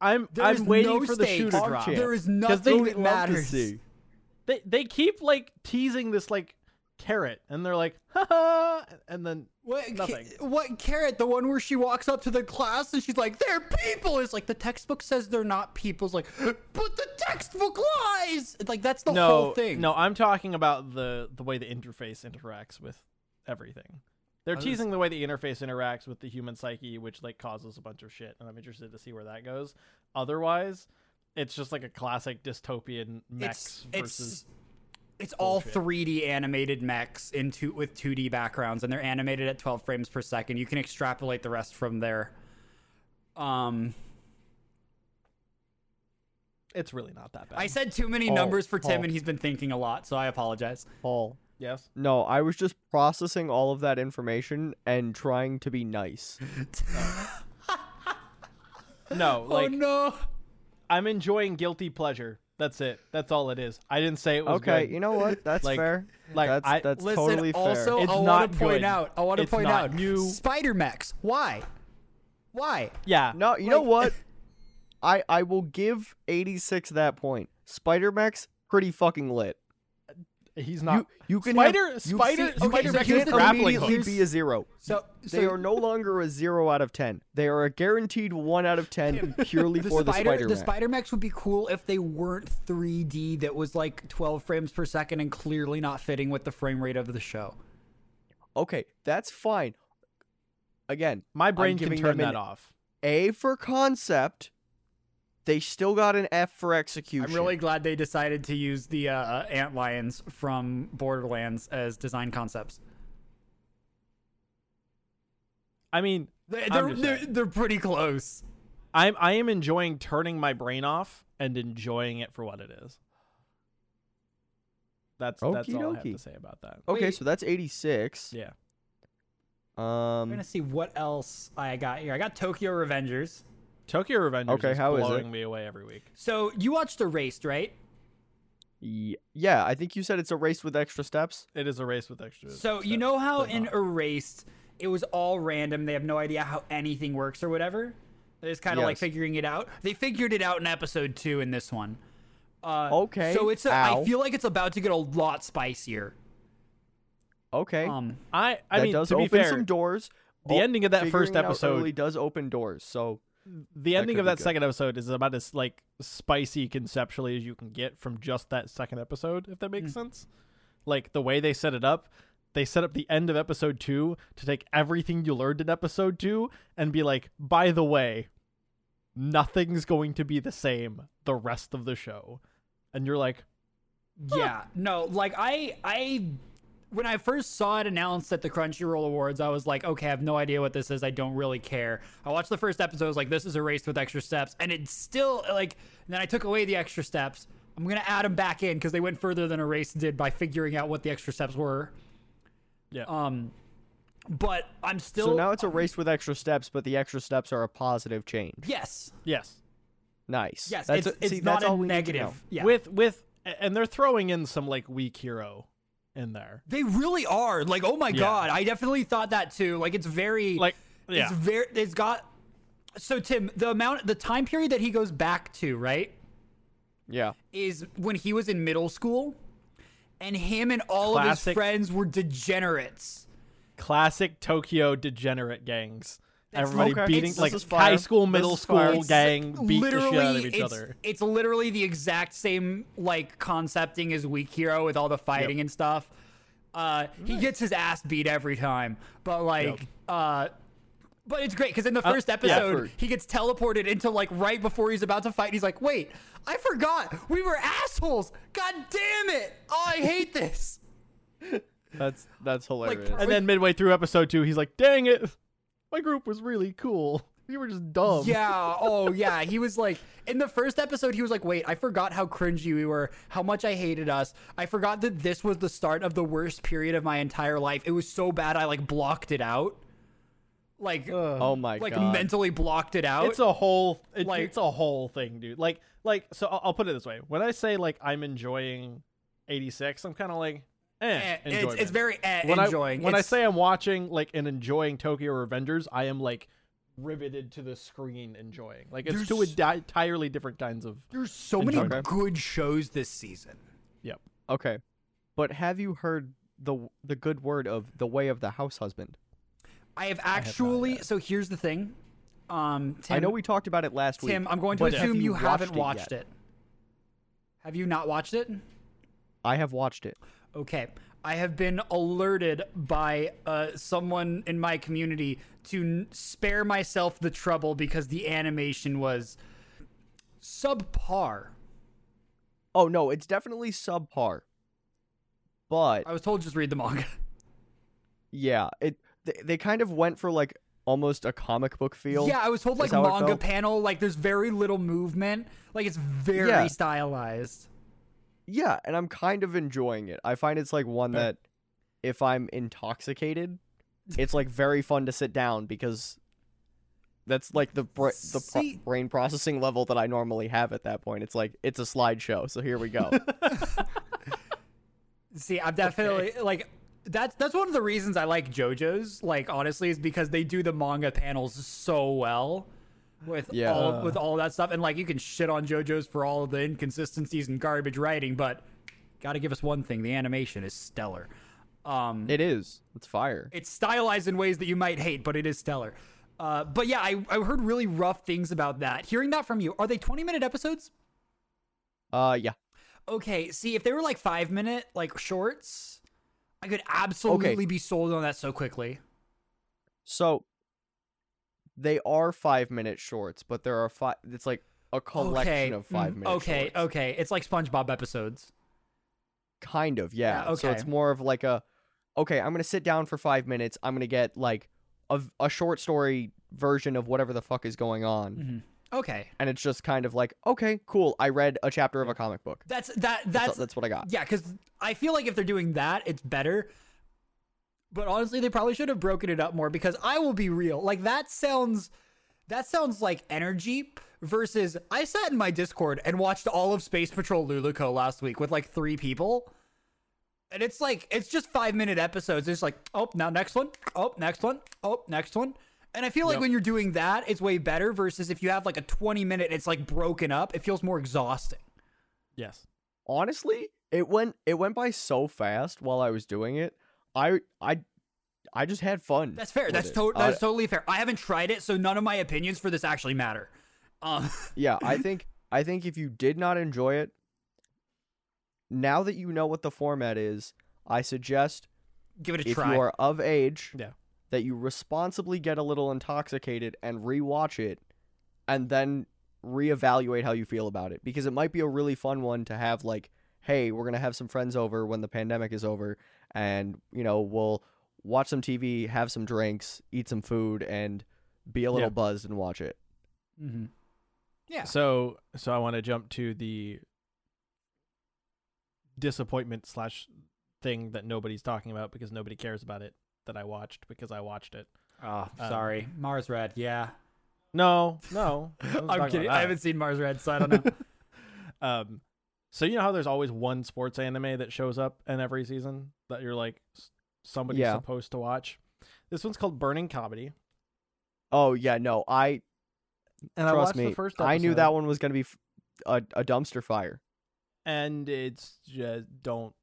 B: i'm
C: there is
B: i'm waiting
C: no
B: for the
C: stakes.
B: shoe to
D: Hog
B: drop
D: champ.
C: There is
B: they
C: nothing
B: would
C: that matters.
B: they, they keep like teasing this like carrot and they're like ha ha and then
C: What, ca-
B: Nothing.
C: what carrot? The one where she walks up to the class and she's like, "They're people." It's like the textbook says they're not people. It's like, but the textbook lies. It's like that's the
B: no
C: whole thing.
B: no i'm talking about the the way the interface interacts with everything
D: Oh,
B: they're
C: was-
B: teasing the way the interface interacts with the human psyche which like causes a bunch of shit and i'm interested to see where that goes otherwise it's just like a classic dystopian mechs versus
C: it's all 3D animated mechs in two, with 2D backgrounds, and they're animated at 12 frames per second. You can extrapolate the rest from there. Um,
B: it's really not that bad
C: I said too many
D: Paul,
C: numbers for Tim,
D: Paul.
C: and he's been thinking a lot, so I apologize.
D: Paul.
B: yes
D: No, I was just processing all of that information and trying to be nice.
B: no like
C: oh no!
B: i'm enjoying guilty pleasure that's it that's all it is i didn't say it was
D: Okay,
B: good.
D: you know what? That's
B: Like-
D: fair.
B: like,
D: that's
B: I-
D: that's
C: Listen,
D: totally fair.
C: also,
B: It's
C: I want
B: not
C: to point
B: good.
C: out. I want to
B: It's
C: point
B: not
C: out
B: new.
C: spider mechs. Why? Why?
B: yeah
D: no, you know what? I I will give 86 that point. Spider Max pretty fucking lit.
B: he's not
D: You you can have-
B: spider
D: you
B: spider
D: can't-
B: spider
C: so
B: Mech is
C: here's the
D: you
B: grappling
D: can't
C: grappling
D: immediately
B: hook.
C: hooks.
D: be a zero.
C: So, so
D: they are no longer a zero out of ten. They are a guaranteed one out of ten purely
C: the
D: for
C: spider,
D: the
C: the
D: Spider Man.
C: spider mechs would be cool if they weren't 3D. That was like 12 frames per second and clearly not fitting with the frame rate of the show.
D: okay, that's fine. Again,
B: my brain
D: I'm
B: can
D: giving
B: turn
D: them
B: that
D: an
B: off
D: A for concept. They still got an F for execution.
C: I'm really glad they decided to use the uh, uh, ant lions from Borderlands as design concepts.
B: i mean
C: They-
B: I'm
C: They're,
B: just
C: they're,
B: saying.
C: they're pretty close.
B: I'm I am enjoying turning my brain off and enjoying it for what it is. That's that's all I have to
D: Okey-dokey.
B: say about that.
D: Okay,
C: Wait.
D: so that's 86.
B: Yeah.
C: I'm
D: Um,
C: gonna see what else I got here. I got Tokyo Revengers.
B: Tokyo Revengers
D: Okay,
B: is
D: how is it?
B: blowing me away every week.
C: So you watched Erased, right?
D: y- yeah, I think you said it's a race with extra steps.
B: It is a race with extra.
C: So you
B: steps.
C: know how
B: They're
C: in
B: not.
C: Erased it was all random. They have no idea how anything works or whatever. They're just kind of like
D: Yes.
C: figuring it out. They figured it out in episode two in this one. Uh,
D: Okay,
C: So it's a, I
D: ow.
C: feel like it's about to get a lot spicier.
D: Okay,
C: Um,
B: I I
D: that
B: mean
D: does
B: to be
D: open
B: fair,
D: some doors. Oh,
B: the ending of that
D: figuring
B: first
D: it out
B: episode-
D: early does open doors. So
B: the ending
D: could
B: of
D: be
B: that
D: good.
B: second episode is about as like spicy conceptually as you can get from just that second episode, if that makes
D: Hmm.
B: sense. Like the way they set it up, they set up the end of episode two to take everything you learned in episode two and be like, by the way, nothing's going to be the same the rest of the show. And you're like,
C: yeah, no, like I, I, when I first saw it announced at the Crunchyroll Awards, I was like, okay, I have no idea what this is. I don't really care. I watched the first episode. I was like, this is erased with extra steps, and it's still like. And then I took away the extra steps. I'm gonna add them back in because they went further than erased did by figuring out what the extra steps were.
B: Yeah.
D: Uh,
C: Um, but I'm still
D: so now it's a race with extra steps, but the extra steps are a positive change.
C: yes,
B: yes.
D: Nice.
C: yes.
D: That's
C: it's
D: a- see,
C: it's not
D: that's all
C: a
D: we need to
C: negative.
D: know.
C: Yeah.
B: With with a- and they're throwing in some like weak hero in there.
C: they really are like oh my god i definitely thought that too like it's very
B: Like, yeah.
C: it's very it's got so tim the amount the time period that he goes back to right
D: Yeah.
C: is when he was in middle school and him and all of his
B: Classic.
C: friends were degenerates
B: classic Tokyo degenerate gangs. Everybody
D: okay.
B: beating
D: It's-
B: like
D: this is fire.
B: high school,
D: This
B: middle
D: is fire.
B: school
D: It's
B: gang beat the
C: literally
B: shit out of each
C: it's,
B: other.
C: it's literally the exact same like concepting as weak hero with all the fighting and stuff uh he gets his ass beat every time but like
B: Yep. Uh,
C: uh but it's great because in the first
B: yeah.
C: episode
D: Effort.
C: he gets teleported into like right before he's about to fight and he's like wait i forgot we were assholes god damn it oh, i hate this
D: That's that's hilarious.
C: uh,
B: And then midway through episode two, he's like, "Dang it, my group was really cool. You were just dumb."
C: Yeah. Oh, yeah. He was like, in the first episode, he was like, wait, I forgot how cringy we were, how much I hated us. I forgot that this was the start of the worst period of my entire life. It was so bad, I like blocked it out. Like,
D: oh my
C: like
D: god.
C: mentally blocked it out.
B: it's a whole it-
C: Oh, Like-
B: it's a whole thing, dude. Like like so, I'll, I'll put it this way: when I say like I'm enjoying '86, I'm kind of like, eh,
C: Eh, it's,
B: enjoyment.
C: it's very eh,
B: when
C: enjoying.
B: I, when I
C: It's-
B: say I'm watching like and enjoying Tokyo Revengers, I am like riveted to the screen, enjoying. Like it's
C: There's-
B: two adi- entirely different kinds of.
C: there's so many
D: Okay.
C: good shows this season.
B: Yep.
D: Okay. But have you heard the the good word of the way of the house husband?
C: I have actually, so here's the thing. Um, Tim,
D: I know we talked about it last week.
C: Tim, I'm going to
D: but have
C: assume you, haven't
D: watched it
C: watched
D: yet?
C: it. Have you not watched it?
D: I have watched it.
C: Okay. I have been alerted by uh, someone in my community to n- spare myself the trouble because the animation was subpar.
D: Oh no, it's definitely subpar. But
C: I was told just read the manga.
D: yeah, it they, they kind of went for like almost a comic book feel.
C: yeah, I was told
D: is
C: like
D: how it
C: manga
D: felt.
C: panel, like there's very little movement. Like it's very
D: Yeah.
C: stylized.
D: Yeah, and I'm kind of enjoying it. I find it's like one
B: Fair.
D: that if I'm intoxicated, it's like very fun to sit down because that's like the bra- the pro-
C: See-
D: brain processing level that I normally have at that point. It's like it's a slideshow, so here we go.
C: See, I'm definitely like that's that's one of the reasons I like JoJo's. Like honestly, is because they do the manga panels so well with
D: Yeah.
C: all with all that stuff, and like you can shit on JoJo's for all of the inconsistencies and garbage writing, but gotta give us one thing: the animation is stellar. Um,
D: it is. It's fire.
C: it's stylized in ways that you might hate, but it is stellar. Uh, but yeah, I, I heard really rough things about that. Hearing that from you, are they 20 minute episodes?
D: Uh yeah.
C: Okay, see, if they were like five minute like shorts, I could absolutely be sold on that so quickly.
D: So they are 5-minute shorts, but there are five it's like a collection
C: okay.
D: of
C: mm,
D: 5-minute
C: Okay,
D: shorts.
C: okay. It's like SpongeBob episodes.
D: kind of yeah,
C: Yeah,
D: so it's
C: okay.
D: more of like a okay i'm gonna sit down for five minutes
C: Mm-hmm.
D: i'm gonna get like a, v- a short story version of whatever the fuck is going on
C: Okay.
D: and it's just kind of like, okay, cool. I read a chapter of a comic book.
C: That's that
D: That's
C: that's,
D: that's what I got.
C: yeah, because I feel like if they're doing that, it's better. But honestly, they probably should have broken it up more because I will be real. Like that sounds that sounds like energy versus I sat in my Discord and watched all of Space Patrol Luluco last week with like three people. And it's like it's just five minute episodes. It's like, oh now next one, oh next one, oh next one. And I feel like when you're doing that, it's way better versus if you have like a 20 minute, it's like broken up. It feels more exhausting.
B: Yes.
D: Honestly, it went it went by so fast while I was doing it. I I I just had fun.
C: That's fair.
D: with
C: That's
D: it.
C: to-
D: I-
C: that's totally fair. I haven't tried it, so none of my opinions for this actually matter. Um,
D: yeah i think i think if you did not enjoy it now that you know what the format is i suggest
C: give it a
D: if
C: try.
D: you are of age
B: Yeah.
D: that you responsibly get a little intoxicated and rewatch it and then reevaluate how you feel about it because it might be a really fun one to have like hey we're going to have some friends over when the pandemic is over and you know we'll watch some tv have some drinks eat some food and be a little
B: Yeah.
D: buzzed and watch it
C: Mhm. Yeah.
B: So so I want to jump to the disappointment slash thing that nobody's talking about because nobody cares about it that I watched because I watched it.
C: Oh,
B: Um,
C: sorry, Mars Red. Yeah,
B: No, no. wasn't talking
C: I'm
B: about
C: kidding.
B: that.
C: I haven't seen Mars Red, so I don't know.
B: Um, so you know how there's always one sports anime that shows up in every season that you're like s- somebody's
D: Yeah.
B: supposed to watch. This one's called Burning Comedy,
D: oh yeah no i
B: and I
D: Trust
B: watched
D: me,
B: the first.
D: I knew
B: episode,
D: that one was going to be f- a, a dumpster fire.
B: and it's just don't,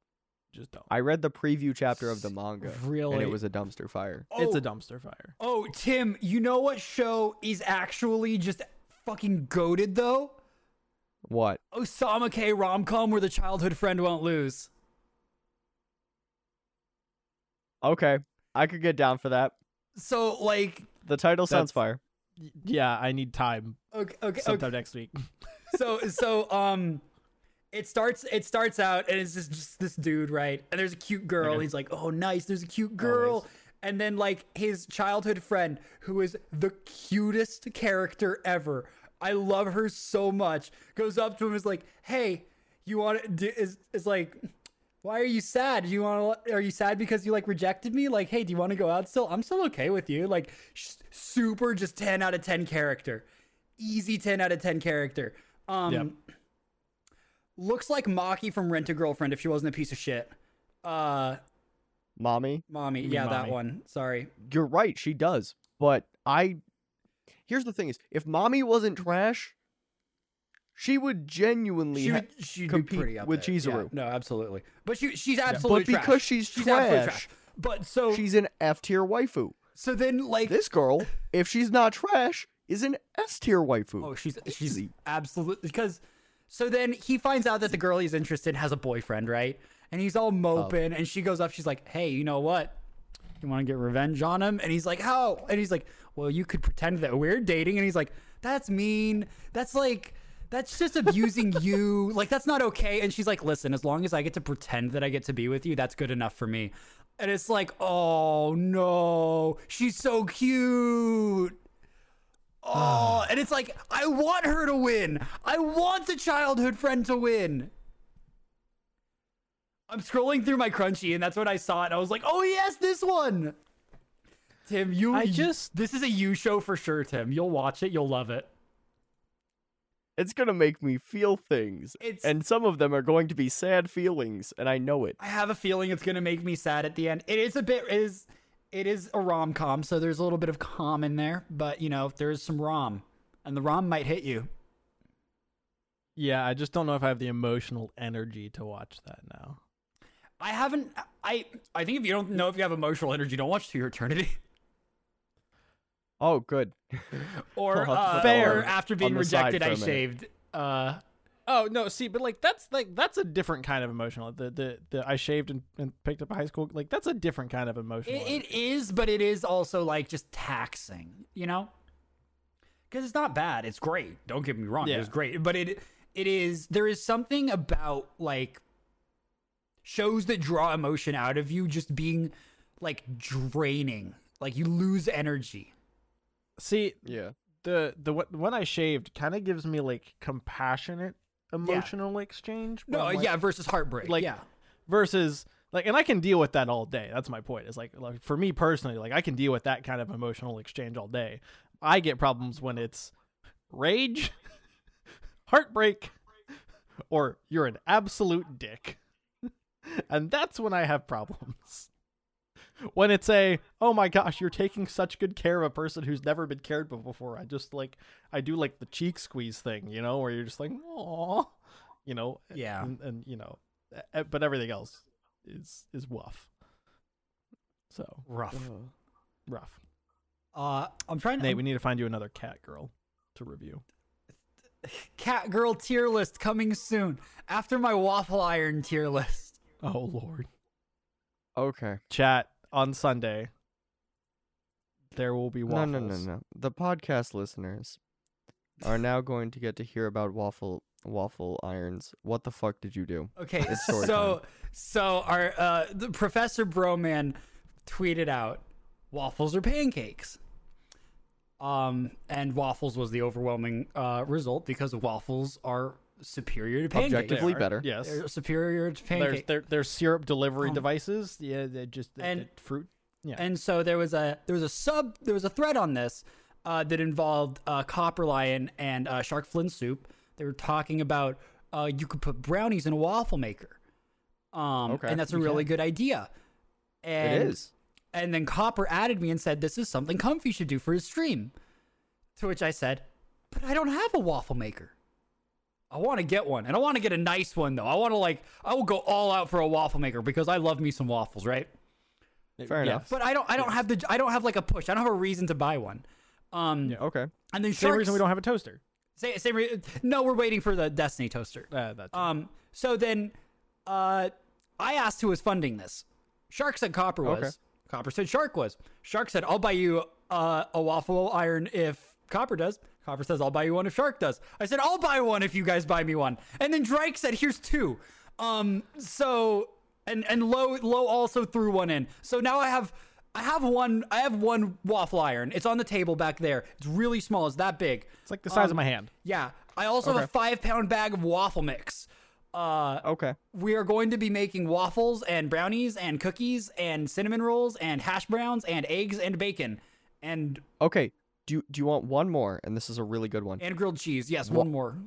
B: just don't.
D: I read the preview chapter of the manga,
C: really?
D: and it was a dumpster fire.
B: It's
C: Oh.
B: a dumpster fire.
C: oh, Tim, you know what show is actually just fucking goaded though?
D: What?
C: Osama K rom-com where the childhood friend won't lose.
D: Okay, I could get down for that.
C: So like,
D: The title
B: That's-
D: sounds fire.
B: Y- Yeah, I need time
C: okay, okay, okay.
B: sometime next week.
C: so so um it starts it starts out and it's just, just this dude right and there's a cute girl
B: Okay.
C: he's like oh nice there's a cute girl and then like his childhood friend who is the cutest character ever i love her so much goes up to him and is like hey you want to do is, is like why are you sad? Do you want to? Are you sad because you like rejected me? Like, hey, do you want to go out still? I'm still okay with you. Like, sh- super, just ten out of ten character, easy ten out of ten character. Um,
B: Yep.
C: looks like Maki from Rent a Girlfriend if she wasn't a piece of shit. Uh,
D: Mommy,
C: mommy,
B: mean
C: yeah, that
B: Mommy.
C: one. Sorry.
D: you're right. She does, but I. Here's the thing: is if mommy wasn't trash, she would genuinely.
C: She
D: ha-
C: would, she'd be
D: compete
C: pretty up
D: with
C: there. Yeah,
D: Chizuru.
C: no, absolutely. But she, she's absolutely
D: but
C: trash.
D: because she's
C: she's absolute
D: trash,
C: But so,
D: she's an F tier waifu.
C: so then like
D: This girl, if she's not trash, is an S tier waifu.
C: Oh, she's she's
D: Easy.
C: absolutely because. So then he finds out that the girl he's interested in has a boyfriend, right? And he's all moping, and she goes up. She's like, "Hey, you know what? You want to get revenge on him?" And he's like, "How?" And he's like, "Well, you could pretend that we're dating." And he's like, "That's mean. That's like." That's just abusing you. Like that's not okay. And she's like, "Listen, as long as I get to pretend that I get to be with you, that's good enough for me." And it's like, "Oh no. She's so cute." Oh, and it's like I want her to win. I want the childhood friend to win. I'm scrolling through my crunchy, and that's what I saw, and I was like, "Oh yes, this one." Tim, you.
B: I just-
C: This is a you show for sure, Tim. You'll watch it. You'll love it.
D: it's gonna make me feel things
C: It's-
D: and some of them are going to be sad feelings and i know it
C: I have a feeling it's gonna make me sad at the end. It is a bit it is it is a rom com, so there's a little bit of calm in there, but you know there is some rom, and the rom might hit you.
B: Yeah, I just don't know if I have the emotional energy to watch that now.
C: I haven't. I I think if you don't know if you have emotional energy, don't watch To Your Eternity.
D: oh good
C: or
D: Well,
C: uh,
D: fair.
C: or after being
D: On the side
C: rejected,
D: for
C: I
D: a minute.
C: shaved. Uh,
B: Oh no, see, but like that's like that's a different kind of emotional. The the, the I shaved and, and picked up a high school like that's a different kind of emotional.
C: it, it is, but it is also like just taxing, you know? Because it's not bad. It's great. Don't get me wrong.
B: Yeah.
C: It's great, but it it is. There is something about like shows that draw emotion out of you just being like draining. Like you lose energy.
B: see,
D: yeah
B: the the one- the one I shaved kind of gives me like compassionate emotional exchange. where
C: No,
B: I'm like-
C: yeah, versus heartbreak.
B: like-
C: yeah.
B: versus like and i can deal with that all day that's my point is like, like for me personally like i can deal with that kind of emotional exchange all day i get problems when it's rage heartbreak or you're an absolute dick and that's when i have problems when it's a oh my gosh you're taking such good care of a person who's never been cared for before i just like i do like the cheek squeeze thing you know where you're just like oh you know
C: Yeah.
D: mm.
B: and, and you know e- e- but everything else is is woof so uh,
C: Rough.
B: rough
C: Uh, I'm
D: Um,
C: trying to.
B: nate we need to find you another cat girl to review
C: Cat girl tier list coming soon after my waffle iron tier list.
B: oh lord
D: Okay.
B: chat on sunday there will be waffles
D: No, no, no, no. The podcast listeners are now going to get to hear about waffle waffle irons. What the fuck did you do?
C: Okay,
D: It's story
C: so so our uh, the Professor Broman tweeted out waffles or pancakes. Um, and waffles was the overwhelming uh, result because waffles are superior to pancakes.
D: Objectively. Probably
B: They are,
D: better.
B: yes
C: They're superior to
B: there's
C: pancakes.
B: there, there's syrup delivery devices yeah they just they-
C: Um, And-
B: they- fruit yeah
C: And so there was a there was a sub there was a thread on this uh, that involved uh, Copper Lion and uh, Shark Flynn Soup. They were talking about uh, you could put brownies in a waffle maker, um,
D: Okay,
C: and that's a
D: you
C: really good idea. And,
D: it is.
C: And then Copper added me and said, "This is something Comfy should do for his stream." To which I said, "But I don't have a waffle maker." I want to get one, and I want to get a nice one though. I want to like, I will go all out for a waffle maker because I love me some waffles, right?
D: Fair enough.
C: But uh, I don't. I don't have the. I don't have like a push. I don't have a reason to buy one. Um,
B: Yeah.
D: Okay.
C: and then
B: same
C: sharks.
B: reason we don't have a toaster
C: Same, same re- no, we're waiting for the Destiny toaster.
B: uh, that's
C: Um. So then, uh, I asked who was funding this. Shark said Copper was.
D: Okay.
C: Copper said Shark was. Shark said I'll buy you uh, a waffle iron if Copper does. Copper says I'll buy you one if Shark does. I said I'll buy one if you guys buy me one. And then Drake said here's two. Um. So and and low low also threw one in. So now I have. I have one. I have one waffle iron. It's on the table back there. It's really small. It's that big.
B: it's like the size
C: um,
B: of my hand
C: Yeah. I also have a five pound bag of waffle mix. Uh,
D: Okay.
C: we are going to be making waffles and brownies and cookies and cinnamon rolls and hash browns and eggs and bacon and
D: Okay. Do you, do you want one more? And this is a really good one.
C: and grilled cheese. Yes,
D: Wa-
C: one more.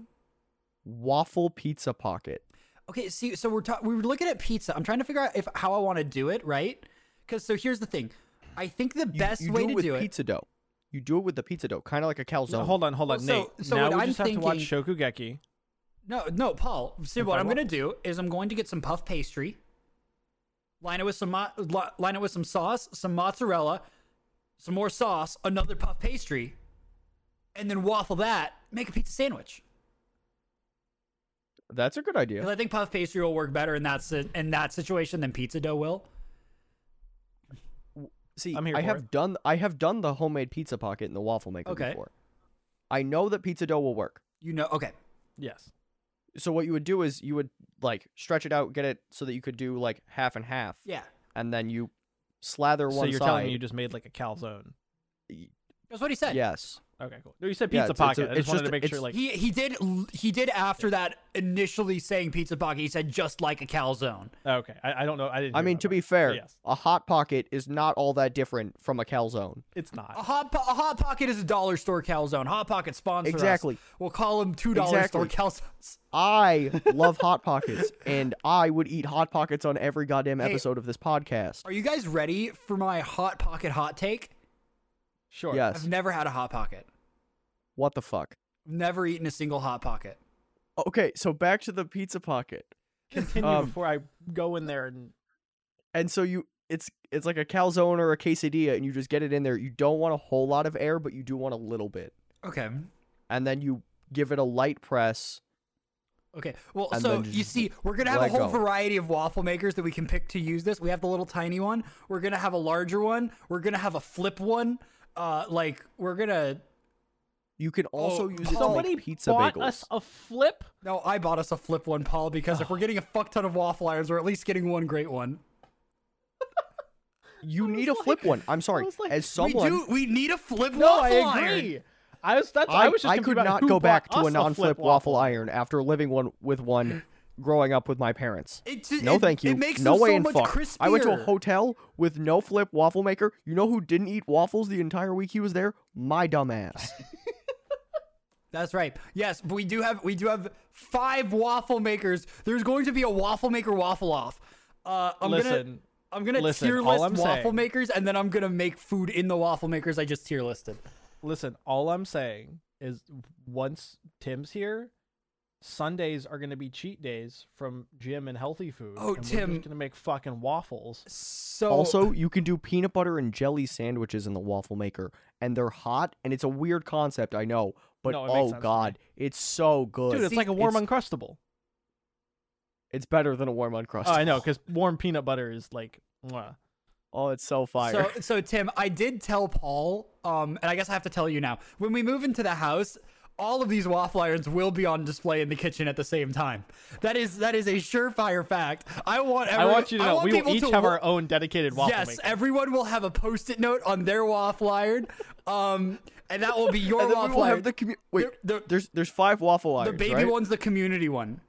D: Waffle pizza pocket.
C: Okay, see, so we're ta- we were looking at pizza. I'm trying to figure out if how I want to do it, right? Because so here's the thing, I think the
D: You,
C: best
D: you
C: way
D: do it
C: to
D: with
C: do
D: pizza dough. You do it with the pizza dough, kind of like a calzone.
B: No, hold on, hold on,
C: Well, so-
B: Nate.
C: so
B: now
C: what
B: we
C: I'm
B: just have to
C: thinking-
B: watch Shokugeki.
C: it. No, no, Paul. See,
B: And
C: what
B: fried
C: I'm going to do is I'm going to get some puff pastry, line it with some mo- li- line it with some sauce, some mozzarella, some more sauce, another puff pastry, and then waffle that. Make a pizza sandwich.
D: That's a good idea.
C: Because I think puff pastry will work better in that si- in that situation than pizza dough will.
D: See,
B: I'm here
D: I
B: for
D: have
B: it.
D: done I have done the homemade pizza pocket in the waffle maker
C: Okay.
D: before. I know that pizza dough will work.
C: You know, okay,
B: Yes.
D: So what you would do is you would like stretch it out, get it so that you could do like half and half,
C: yeah.
D: and then you slather
B: So
D: one
B: you're
D: side.
B: telling me you just made like a calzone.
C: That's what he said.
D: yes.
B: Okay, cool. No, you said
D: Yeah,
B: pizza
D: it's- it's
B: pocket.
D: a-
B: I just
D: it's
B: wanted
D: just-
B: to make sure,
D: it's-
B: like,
C: He he did he did after that initially saying pizza pocket. He said just like a calzone.
B: okay, I, I don't know. I didn't.
D: I
B: hear
D: mean,
B: that
D: to
B: right.
D: be fair,
B: yes,
D: a hot pocket is not all that different from a calzone.
B: it's
C: A
B: not.
C: hot po- a hot pocket is a dollar store calzone. Hot pocket sponsor us.
D: Exactly.
C: We'll call them two dollar
D: Exactly.
C: store calzones.
D: I love hot pockets, and I would eat hot pockets on every goddamn episode of this podcast.
C: Are you guys ready for my hot pocket hot take?
B: Sure.
D: Yes.
C: I've never had a hot pocket.
D: What the fuck?
C: I've never eaten a single hot pocket.
D: Okay, so back to the pizza pocket.
B: Continue
D: Um,
B: before I go in there and
D: and so you it's it's like a calzone or a quesadilla and you just get it in there you don't want a whole lot of air but you do want a little bit
C: Okay.
D: and then you give it a light press
C: Okay. Well,
D: And
C: so
D: then
C: you
D: just
C: see, we're gonna have a
D: let
C: whole
D: go.
C: variety of waffle makers that we can pick to use this. We have the little tiny one. We're gonna have a larger one. We're gonna have a flip one. Uh, like we're gonna.
D: you can also
C: Oh,
D: use it to
B: somebody
D: make pizza
B: bought
D: bagels
B: us a flip.
C: No, I bought us a flip one, Paul, because if we're getting a fuck ton of waffle irons, we're at least getting one great one.
D: you need a flip one i'm sorry
B: was like,
D: as
C: We
D: someone
C: do. We need a flip
B: No,
C: waffle
B: I
C: iron.
B: agree. I was that's, I,
D: I,
B: was just
D: I
B: confused
D: could
B: about
D: not
B: who
D: go back
B: bought
D: to a
B: us the
D: non-flip
B: flip
D: waffle. iron after living one with one growing up with my parents.
C: It ju-
D: no,
C: it-
D: thank you.
C: It makes
D: no
C: them
D: way
C: so
D: in
C: much
D: fuck.
C: crispier.
D: I went to a hotel with no flip waffle maker. You know who didn't eat waffles the entire week he was there? My dumb ass.
C: That's right. Yes, but we do have we do have five waffle makers. There's going to be a waffle maker waffle off. Uh, I'm gonna
B: Listen,
C: I'm gonna
B: listen,
C: tier
B: all
C: list
B: I'm
C: waffle
B: saying-
C: makers, and then I'm gonna make food in the waffle makers I just tier listed.
B: Listen, all I'm saying is once Tim's here, Sundays are going to be cheat days from gym and healthy food.
C: Oh,
B: and
C: Tim.
B: we're just going to make fucking waffles.
C: So
D: also, you can do peanut butter and jelly sandwiches in the waffle maker, and they're hot, and it's a weird concept, I know, but
B: No, it makes
D: oh
B: sense to me.
D: god, it's so good.
B: Dude, it's
C: See,
B: like a warm
D: it's-
B: uncrustable.
D: it's better than a warm uncrustable.
B: Oh, I know, because warm peanut butter is like, mwah.
D: Oh, it's so fire.
C: So, so Tim, I did tell Paul, um, and I guess I have to tell you now. When we move into the house, all of these waffle irons will be on display in the kitchen at the same time. That is that is a surefire fact. I want.
B: I
C: Every,
B: want you to
C: I
B: know
C: want
B: we will
C: people
B: each
C: to
B: have
C: wa-
B: our own dedicated waffle
C: yes,
B: maker.
C: everyone will have a post-it note on their waffle iron, um, and that will be your
D: and then we
C: waffle
D: will
C: iron.
D: have the commu- wait.
C: the-
D: there's there's five waffle
C: the
D: irons.
C: baby
D: right?
C: one's the community one.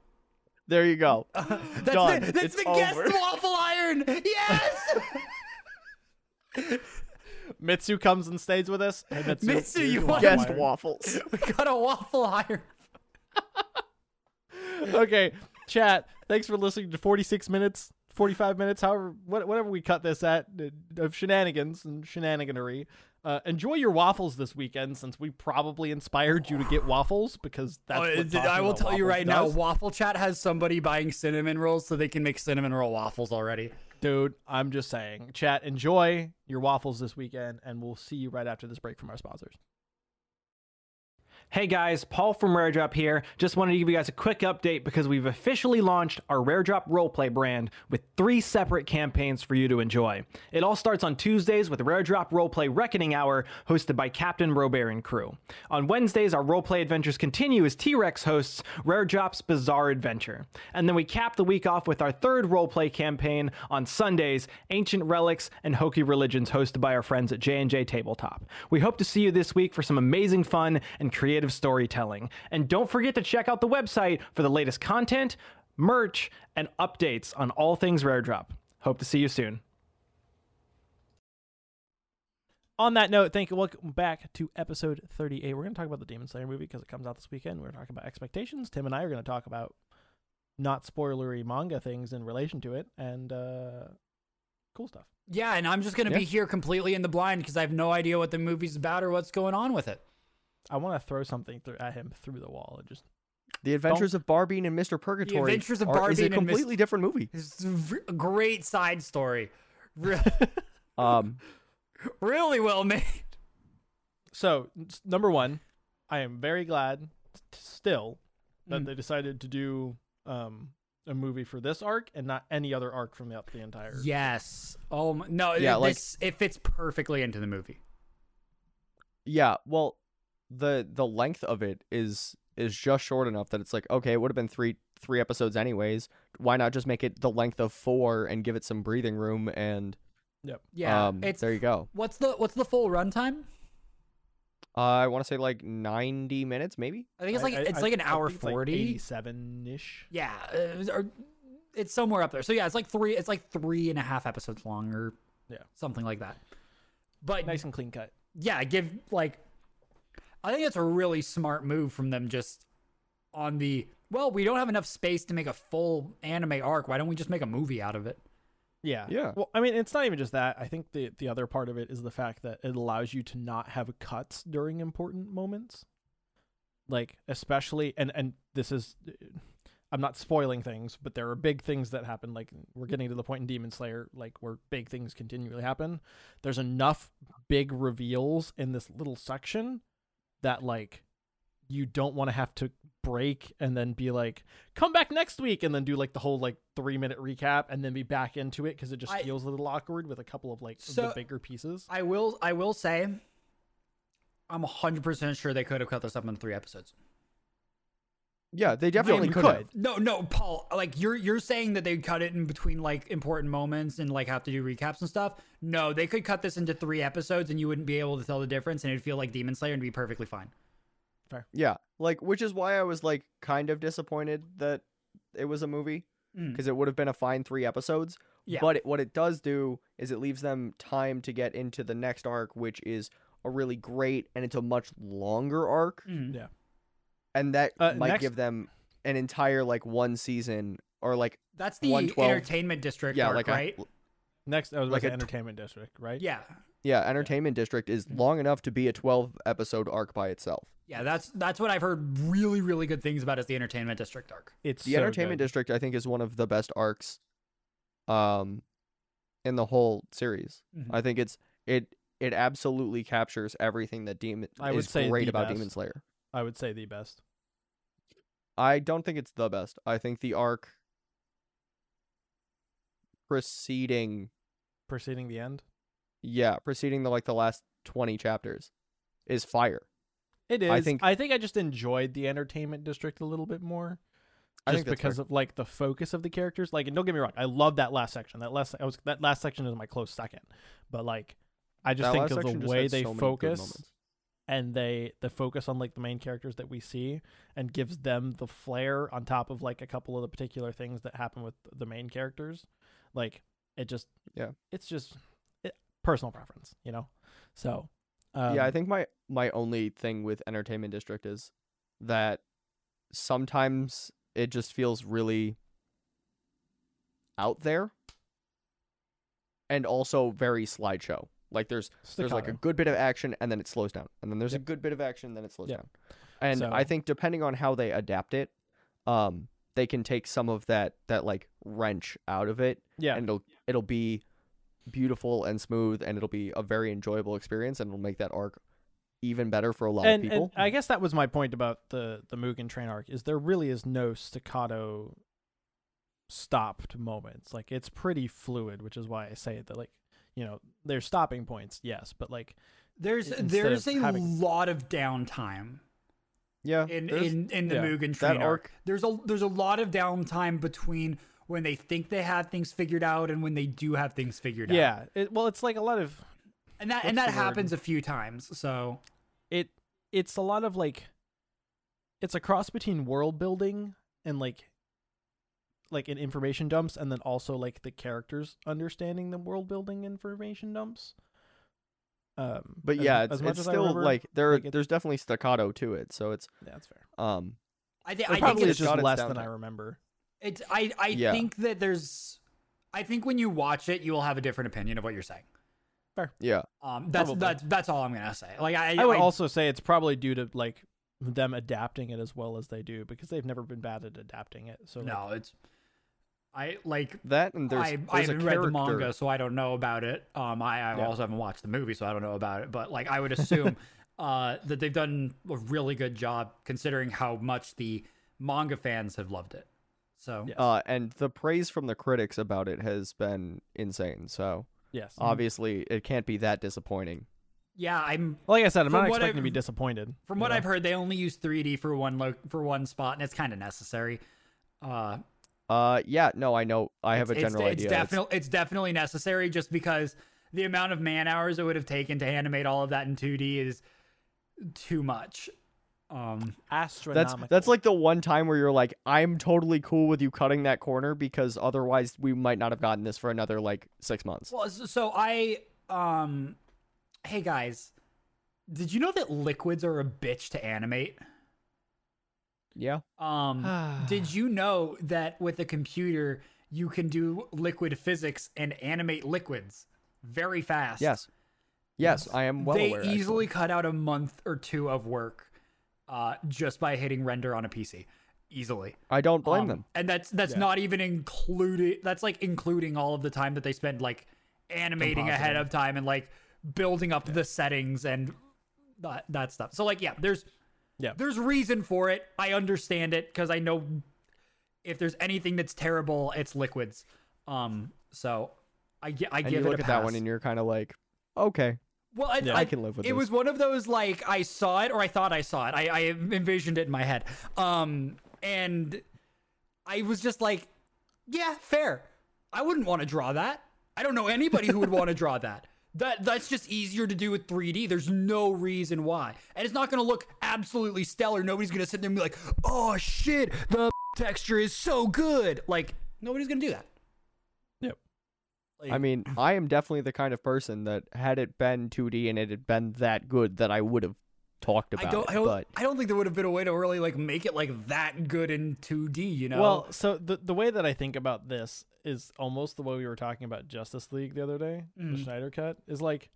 D: There you go.
C: That's
D: Done.
C: the, that's
D: It's
C: the guest
D: over.
C: waffle iron. Yes,
B: Mitsu comes and stays with us. Hey, Mitsu,
C: Mitsu,
B: here's
C: you
B: your
C: want-
B: waffle
D: Guest
B: iron.
D: waffles.
C: we got a waffle iron.
B: okay, chat. Thanks for listening to 46 minutes, 45 minutes, however, what, whatever we cut this at uh, of shenanigans and shenaniganery. Uh, enjoy your waffles this weekend, since we probably inspired you to get waffles because that's.
C: Uh,
B: what
C: d- I
B: talking
C: will
B: about
C: tell you
B: waffles
C: right now,
B: does.
C: Waffle Chat has somebody buying cinnamon rolls so they can make cinnamon roll waffles already.
B: dude. I'm just saying, chat. Enjoy your waffles this weekend, and we'll see you right after this break from our sponsors.
E: Hey guys, Paul from Rare Drop here. Just wanted to give you guys a quick update because we've officially launched our Rare Drop roleplay brand with three separate campaigns for you to enjoy. It all starts on Tuesdays with Rare Drop Roleplay Reckoning Hour, hosted by Captain Robert and crew. On Wednesdays, our roleplay adventures continue as T Rex hosts Rare Drop's Bizarre Adventure. And then we cap the week off with our third roleplay campaign on Sundays, Ancient Relics and Hokie Religions, hosted by our friends at J&J Tabletop. We hope to see you this week for some amazing fun and creative storytelling. And don't forget to check out the website for the latest content, merch, and updates on all things Rare Drop. Hope to see you soon.
B: on that note, thank you. Welcome back to episode 38. We're going to talk about the Demon Slayer movie because it comes out this weekend. We're talking about expectations. Tim and I are going to talk about not spoilery manga things in relation to it and uh, cool stuff.
C: Yeah, and I'm just gonna be
B: Yeah.
C: here completely in the blind because I have no idea what the movie's about or what's going on with it.
B: I want to throw something through, at him through the wall. And just
D: The Adventures of Barbie and Mr. Purgatory.
C: Adventures of
D: are- is
C: Barbie
D: a
C: and Mis-
D: completely different movie.
C: It's a v- a great side story, Re-
D: Um,
C: really well made.
B: So, n- s- number one, I am very glad t- still
C: Mm.
B: that they decided to do um, a movie for this arc and not any other arc from the, the entire.
C: Yes. Oh my, no.
D: Yeah,
C: it,
D: like-
C: this, it fits perfectly into the movie.
D: yeah, well, the the length of it is is just short enough that it's like, okay, it would have been three three episodes anyways. Why not just make it the length of four and give it some breathing room? And
B: Yep.
C: Yeah.
D: um,
C: it's
D: there you go.
C: what's the what's the full runtime?
D: Uh, I want to say like ninety minutes, maybe.
C: I think it's like
B: I- I-
C: it's
B: I-
C: like an
B: I
C: hour
B: think it's like
C: forty.
B: 87 ish.
C: Yeah, uh, or it's somewhere up there. So yeah, it's like three. It's like three and a half episodes long, or
B: Yeah.
C: something like that. But
B: Nice and clean cut.
C: yeah, give like, I think that's a really smart move from them. Just on the well, we don't have enough space to make a full anime arc. Why don't we just make a movie out of it?
B: Yeah.
D: Yeah.
B: Well, I mean, it's not even just that. I think the the other part of it is the fact that it allows you to not have cuts during important moments. Like especially and and this is uh, I'm not spoiling things, but there are big things that happen like we're getting to the point in Demon Slayer like where big things continually happen. There's enough big reveals in this little section that like you don't want to have to break and then be like come back next week and then do like the whole like three minute recap and then be back into it because it just
C: I-
B: feels a little awkward with a couple of like the
C: So-
B: bigger pieces
C: I will. I will say, I'm hundred percent sure they could have cut this up into three episodes.
D: Yeah, they definitely
B: you
D: could.
B: could.
D: have.
C: No, no, Paul. Like you're you're saying that they cut it in between like important moments and like have to do recaps and stuff. No, they could cut this into three episodes and you wouldn't be able to tell the difference, and it'd feel like Demon Slayer and be perfectly fine.
B: Fair.
D: Yeah, like which is why I was like kind of disappointed that it was a movie
C: Mm.
D: because it would have been a fine three episodes.
C: Yeah.
D: But it, what it does do is it leaves them time to get into the next arc, which is a really great and it's a much longer arc,
C: Mm.
D: and that
B: Uh,
D: might
B: next-
D: give them an entire like one season or like
C: That's the
D: 112.
C: entertainment district,
D: yeah
C: arc,
D: like a-
C: right?
B: Next, I was
D: Like
B: like
D: a tw-
B: entertainment district, right?
C: yeah,
D: yeah entertainment district is
B: Mm.
D: long enough to be a 12 episode arc by itself
C: yeah. That's that's what I've heard really, really good things about is the entertainment district arc.
B: It's
D: the
B: so
D: entertainment
B: good.
D: district i think is one of the best arcs um in the whole series
C: Mhm.
D: i think it's it it absolutely captures everything that demon
B: I would
D: is
B: say
D: great
B: the
D: about
B: best.
D: demon slayer
B: I would say the best.
D: i don't think it's the best i think the arc preceding
B: Preceding the end,
D: yeah preceding the like the last 20 chapters is fire
B: it is.
D: I think-
B: I think I just enjoyed the entertainment district a little bit more,
D: I
B: just
D: think that's fair.
B: because of like the focus of the characters. Like, and don't get me wrong, I love that last section. That last, I was that last section is my close second. But like, I just
D: That
B: think
D: last
B: of
D: section
B: the
D: just
B: way
D: had
B: they
D: so many good
B: focus
D: moments.
B: and they the focus on like the main characters that we see and gives them the flair on top of like a couple of the particular things that happen with the main characters like it just
D: Yeah.
B: it's just it, personal preference you know so um,
D: yeah, I think my my only thing with Entertainment District is that sometimes it just feels really out there, and also very slideshow. Like there's there's like a
B: staccato.
D: good bit of action and then it slows down, and then there's
B: Yep.
D: a good bit of action, then it slows
B: Yep.
D: down. And I
B: So-
D: think depending on how they adapt it, um, they can take some of that that like wrench out of it
B: yeah
D: and it'll it'll be beautiful and smooth and it'll be a very enjoyable experience and it'll make that arc even better for a lot
B: and, and
D: of people
B: I guess that was my point about the the Mugen Train arc is there really is no staccato stopped moments. Like it's pretty fluid, which is why I say that like you know there's stopping points, yes, but like
C: There's
B: Instead
C: there's a
B: of having-
C: lot of downtime
D: yeah
C: in
D: there's-
C: in, in the
B: yeah,
C: Mugen Train
D: that
C: arc. There's a there's a lot of downtime between when they think they had things figured out and when they do have things figured out.
B: yeah, it, well it's like a lot of
C: and that and
B: what's
C: that
B: the word?
C: happens a few times. So
B: it it's a lot of like it's a cross between world building and like like in information dumps and then also like the characters understanding the world building information dumps um
D: but
B: as-
D: yeah
B: as
D: it's,
B: much
D: it's
B: as I
D: still
B: remember,
D: like there
B: like, it's-
D: there's definitely staccato to it so it's
B: yeah, that's fair
D: um
C: I, th-
B: Or
C: I think
B: probably
D: it's
B: it's just
D: got its
B: less than I
D: downtime.
B: remember.
C: it's I I
D: Yeah.
C: think that there's I think when you watch it, you will have a different opinion of what you're saying.
D: yeah
C: Um, that's
B: Probably.
C: that's that's all I'm gonna say. Like I
B: I would also say it's probably due to like them adapting it as well as they do because they've never been bad at adapting it. So like,
C: no, it's I like
D: that and there's,
C: I, I
D: there's a
C: haven't read
D: character
C: the manga, so I don't know about it. Um, I, I also haven't watched the movie, so I don't know about it. But like, I would assume uh, that they've done a really good job considering how much the manga fans have loved it. So
B: Yeah.
D: uh and the praise from the critics about it has been insane so
B: yes,
C: Hmm. Uh,
D: obviously it can't be that disappointing
C: yeah, I'm
B: like I said, I'm
C: from
B: not
C: what
B: expecting
C: I-
B: to be disappointed.
C: from
B: you
C: what
B: know?
C: I've heard, they only use 3D for one lo- for one spot, and it's kind of necessary. Uh,
D: uh yeah no i know i have a
C: it's,
D: general
C: it's
D: idea It's-
C: definitely it's definitely necessary just because the amount of man hours it would have taken to animate all of that in 2D is too much. Um,
D: That's
B: astronomical.
D: that's like the one time where you're like, I'm totally cool with you cutting that corner because otherwise we might not have gotten this for another like six months.
C: Well, s- so I um hey guys, did you know that liquids are a bitch to animate?
D: Yeah.
C: Um did you know that with a computer you can do liquid physics and animate liquids very fast?
D: Yes. Yes, I am well
C: they
D: aware. actually.
C: easily cut out a month or two of work uh just by hitting render on a PC. Easily.
D: I don't blame
C: Um,
D: them.
C: And that's that's not even included. That's like including all of the time that they spend like animating ahead of time and like building up the settings and that that stuff. So like yeah, there's
B: Yeah.
C: there's reason for it. I understand it because I know if there's anything that's terrible, it's liquids. Um, so I gi- I
D: And you
C: give it
D: look
C: a
D: at
C: pass.
D: that one and you're kind of like, okay,
C: Well, I,
D: I can live with
C: it.
D: this.
C: was one of those like I saw it or I thought I saw it. I, I envisioned it in my head. Um, and I was just like, yeah, fair. I wouldn't want to draw that. I don't know anybody who would want to draw that. That that's just easier to do with 3D. There's no reason why, and it's not going to look absolutely stellar. Nobody's going to sit there and be like, "Oh shit, the texture is so good." Like nobody's going to do that.
E: Yep.
D: I
C: Like-
D: mean, I am definitely the kind of person that had it been 2D and it had been that good that I would have talked about
C: I don't,
D: it.
C: I don't,
D: but
C: I don't think there would have been a way to really like make it like that good in 2D. You know?
B: Well, so the the way that I think about this is almost the way we were talking about Justice League the other day, the
C: Mm.
B: Schneider cut, is like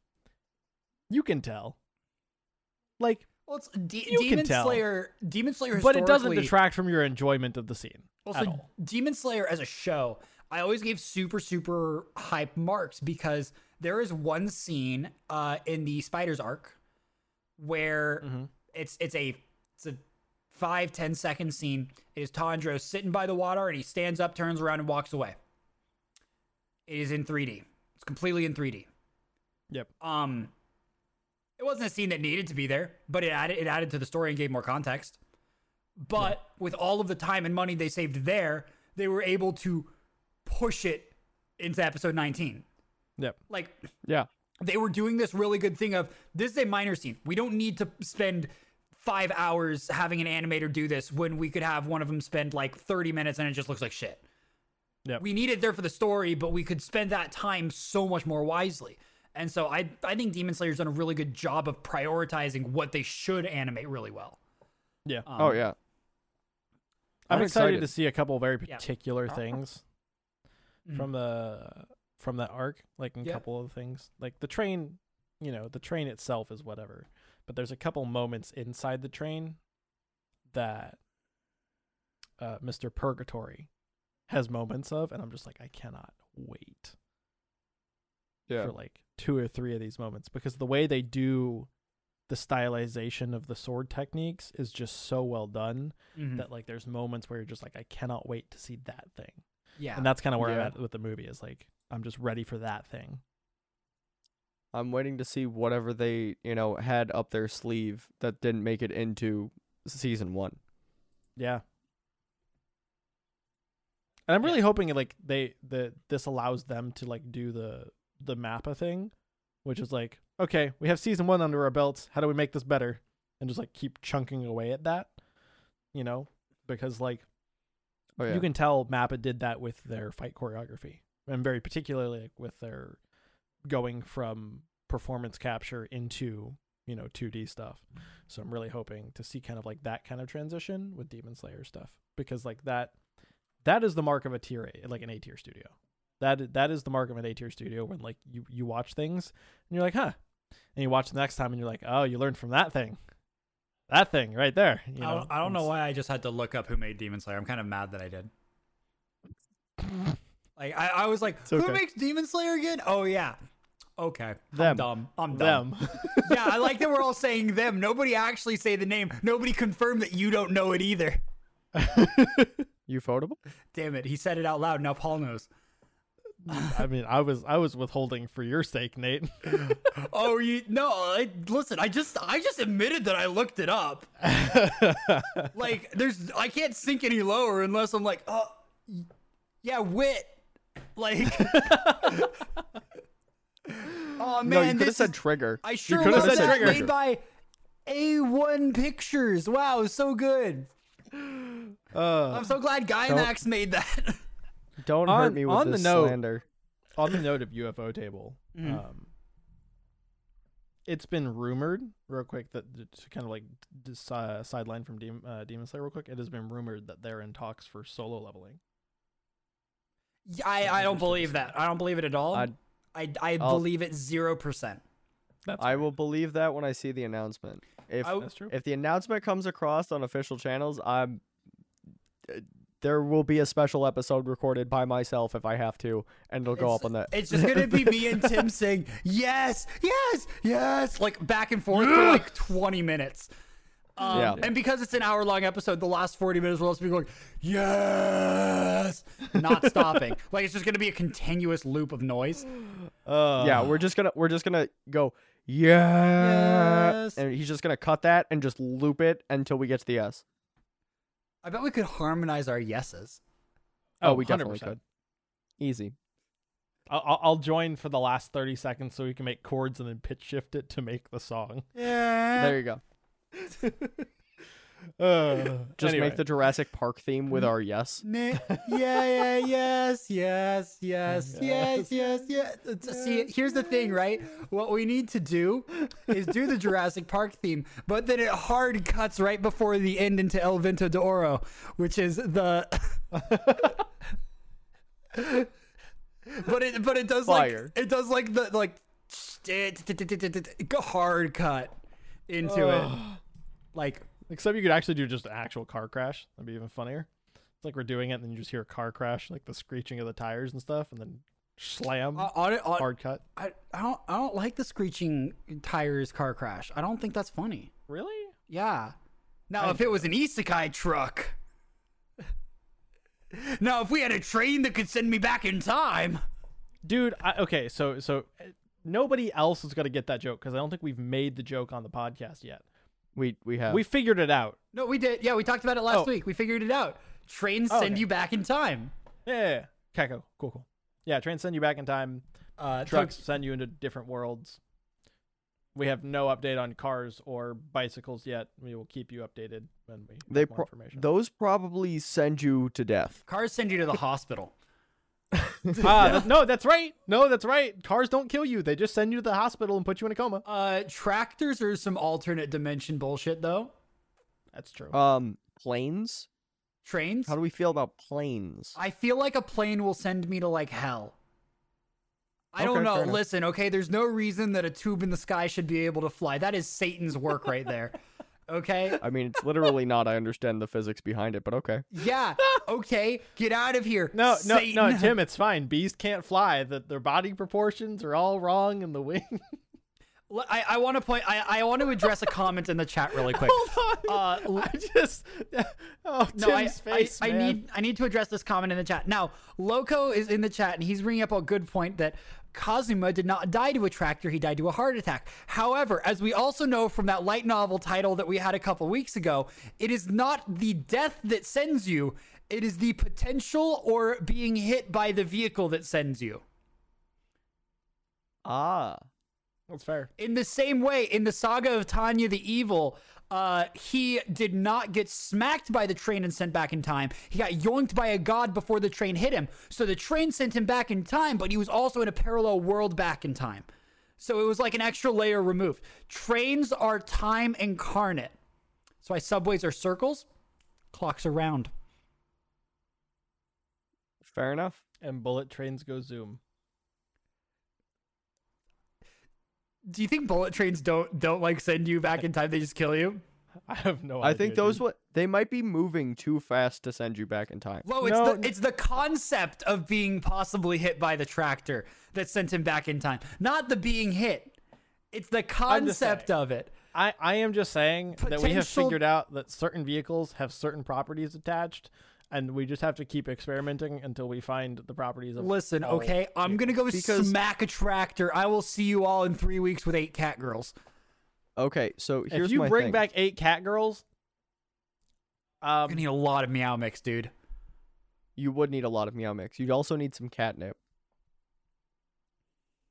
B: you can tell. Like
C: well it's De-
B: you can
C: Demon
B: tell.
C: Slayer. Demon Slayer,
B: but it doesn't
C: historically-
B: detract from your enjoyment of the scene at
C: Also,
B: all.
C: Demon Slayer as a show, I always gave super, super hype marks because there is one scene uh, in the Spider's arc where
B: Mm-hmm.
C: it's it's a it's a five ten second scene. It is Tandro sitting by the water and he stands up, turns around, and walks away. It is in 3D. It's completely in 3D.
B: Yep.
C: Um, it wasn't a scene that needed to be there, but it added it added to the story and gave more context. But with all of the time and money they saved there, they were able to push it into episode 19.
B: Yep.
C: Like
D: yeah,
C: they were doing this really good thing of this is a minor scene. We don't need to spend 5 hours having an animator do this when we could have one of them spend like 30 minutes and it just looks like shit.
B: Yep.
C: We need it there for the story, but we could spend that time so much more wisely. And so I I think Demon Slayer's done a really good job of prioritizing what they should animate really well.
B: Yeah.
C: Um,
D: oh yeah,
B: I'm,
D: I'm
B: excited, to
D: excited.
B: see a couple very
C: Yeah. Uh,
B: particular things
C: Mhm.
B: from the from that arc, like a
C: Yeah.
B: couple of things. Like the train, you know, the train itself is whatever, but there's a couple moments inside the train that uh Mr. Purgatory has moments of and I'm just like I cannot wait
D: yeah.
B: for like two or three of these moments because the way they do the stylization of the sword techniques is just so well done
C: Mhm.
B: that like there's moments where you're just like I cannot wait to see that thing,
C: Yeah.
B: and that's kind of where I'm
D: Yeah.
B: at with the movie is like I'm just ready for that thing.
D: I'm waiting to see whatever they you know had up their sleeve that didn't make it into season one.
B: Yeah, and I'm really hoping like they that this allows them to like do the the mappa thing, which is like okay we have season one under our belts, how do we make this better, and just like keep chunking away at that, you know, because like
D: Oh yeah,
B: you can tell Mappa did that with their fight choreography, and very particularly like, with their going from performance capture into you know 2D stuff. So I'm really hoping to see kind of like that kind of transition with Demon Slayer stuff because like that that is the mark of a tier A, like an A tier studio. That that is the mark of an A tier studio when like you you watch things and you're like, huh, and you watch the next time and you're like, oh, you learned from that thing, that thing right there. You know,
C: I, don't, I don't
B: And
C: know
B: s-
C: why I just had to look up who made Demon Slayer. I'm kind of mad that I did. Like I, I was like,
B: okay.
C: who makes Demon Slayer again? Oh yeah. Okay.
B: Them.
C: I'm dumb. I'm dumb.
B: them.
C: yeah, I like that we're all saying them. Nobody actually say the name. Nobody confirmed that you don't know it either.
D: you photable?
C: Damn it. He said it out loud. Now Paul knows.
B: I mean, I was I was withholding for your sake, Nate.
C: Oh, you no, I, listen, I just I just admitted that I looked it up. like there's I can't sink any lower unless I'm like, "Oh, y- yeah, wit." Like Oh man,
D: no, you could have
C: this
D: said
C: is-
D: trigger.
C: I sure
B: coulda
C: love
B: said
C: that
B: Trigger.
C: made by A1 Pictures. Wow, so good.
D: Uh,
C: I'm so glad Gymax made that.
D: Don't
B: On-
D: hurt me with
B: on the
D: this
B: note-
D: slander.
B: On the note of UFO table,
D: Mm-hmm.
B: um, it's been rumored real quick that to kind of like d- s- uh, sideline from Demon, uh, Demon Slayer real quick. It has been rumored that they're in talks for solo leveling.
C: Yeah, I, I don't believe that. I don't believe it at all. I
D: I'd-
C: I, believe it zero percent.
B: That's
D: I will believe that when I see the announcement. If
C: I w-
B: that's true.
D: if the announcement comes across on official channels, I'm uh, there will be a special episode recorded by myself if I have to, and it'll go up on that.
C: It's just gonna be me and Tim saying yes, yes, yes, like back and forth for like 20 minutes. Um,
D: Yeah.
C: And because it's an hour long episode, the last 40 minutes will also be going yes, not stopping. like it's just gonna be a continuous loop of noise.
B: Uh,
D: yeah, we're just gonna we're just gonna go yeah,
C: Yes.
D: and he's just gonna cut that and just loop it until we get to the S.
C: I bet we could harmonize our yeses.
B: Oh,
D: Oh, we definitely
B: 100%.
D: could. Easy.
B: I- I'll, I'll join for the last 30 seconds so we can make chords and then pitch shift it to make the song.
D: There you go.
B: Uh,
D: Just
B: anyway. Mm-hmm.
D: make the Jurassic Park theme with our yes.
C: Nah, yeah, yeah, yes, yes, yes, yes, yes, yes. It's- uh, See, here's the thing, right? What we need to do is do the Jurassic Park theme, but then it hard cuts right before the end into El Vento de Oro, which is the. but it, but it does
D: Fire.
C: like it does like the like hard cut into it, like
B: Except you could actually do just an actual car crash. That'd be even funnier. It's like we're doing it and then you just hear a car crash, like the screeching of the tires and stuff, and then slam,
C: on it on.
B: hard cut.
C: I, I don't I don't like the screeching tires car crash. I don't think that's funny.
B: Really?
C: Yeah. Now, if it was an isekai truck. Now, if we had a train that could send me back in time.
B: Dude, I, okay, so so uh, nobody else is going to get that joke because I don't think we've made the joke on the podcast yet.
D: We we have
B: We figured it out.
C: No, we did. Yeah, we talked about it last
B: Oh.
C: week. We figured it out. Trains send
B: okay.
C: you back in time.
B: Yeah. Keko. Cool, cool. Yeah, trains send you back in time.
C: Uh,
B: Trucks send you into different worlds. We have no update on cars or bicycles yet. We will keep you updated when we
D: they
B: have more
D: pro-
B: information.
D: those probably send you to death.
C: Cars send you to the hospital.
B: Ah, that- no, that's right. No, that's right. Cars don't kill you. They just send you to the hospital and put you in a coma.
C: Uh, tractors are some alternate dimension bullshit, though.
B: That's true.
D: Um, planes.
C: Trains.
D: How do we feel about planes?
C: I feel like a plane will send me to like hell. I
D: Okay,
C: don't know.
D: fair enough.
C: Listen, okay, there's no reason that a tube in the sky should be able to fly. That is Satan's work right there. Okay?
D: I mean, it's literally not. I understand the physics behind it, but okay.
C: Yeah. Okay. Get out of here.
B: no, no,
C: Satan.
B: no, Tim, it's fine. Bees can't fly. That their body proportions are all wrong and the wing.
C: L- I, I want to point I, I want to address a comment in the chat really quick.
B: Hold on.
C: Uh, l-
B: I just oh
C: no, I,
B: Tim's face.
C: I, I
B: man.
C: need I need to address this comment in the chat. Now, Loco is in the chat and he's bringing up a good point that Kazuma did not die to a tractor; he died to a heart attack. However, as we also know from that light novel title that we had a couple weeks ago, it is not the death that sends you; it is the potential or being hit by the vehicle that sends you.
D: Ah,
B: That's fair.
C: In the same way, in the saga of Tanya the Evil, uh, he did not get smacked by the train and sent back in time. He got yoinked by a god before the train hit him. So the train sent him back in time, but he was also in a parallel world back in time. So it was like an extra layer removed. Trains are time incarnate. That's why subways are circles, clocks are round.
D: fair enough.
B: And bullet trains go zoom.
C: Do you think bullet trains don't don't like send you back in time? They just kill you.
B: I have no
D: I
B: idea.
D: think those
B: dude.
D: what they might be moving too fast to send you back in time.
C: Whoa, it's
B: No,
C: the
B: no.
C: it's the concept of being possibly hit by the tractor that sent him back in time. Not the being hit. It's the
B: just
C: concept of it.
B: I, I am just saying that we have
C: Potential-
B: figured out that certain vehicles have certain properties attached, and we just have to keep experimenting until we find the properties of.
C: Listen,
B: all
C: okay, I'm gonna go
D: Oh, Because-
C: smack a tractor. I will see you all in three weeks with eight cat girls.
D: Okay, so here's
B: if you
D: my
B: bring
D: thing.
B: back eight cat girls,
C: I'm
B: um,
C: gonna need a lot of meow mix, dude.
D: you would need a lot of meow mix. You'd also need some catnip.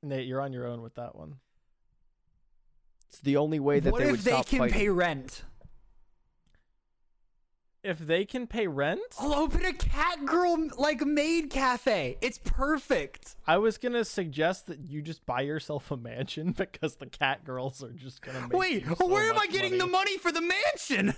B: Nate, you're on your own with that one.
D: It's the only way that
C: what
D: they would
C: if they
D: stop
C: can
D: fighting.
C: pay rent?
B: If they can pay rent,
C: I'll open a cat girl like maid cafe. It's perfect.
B: I was gonna suggest that you just buy yourself a mansion because the cat girls are just gonna. Make
C: Wait,
B: you so
C: where am I
B: much
C: getting the
B: money.
C: money for the mansion?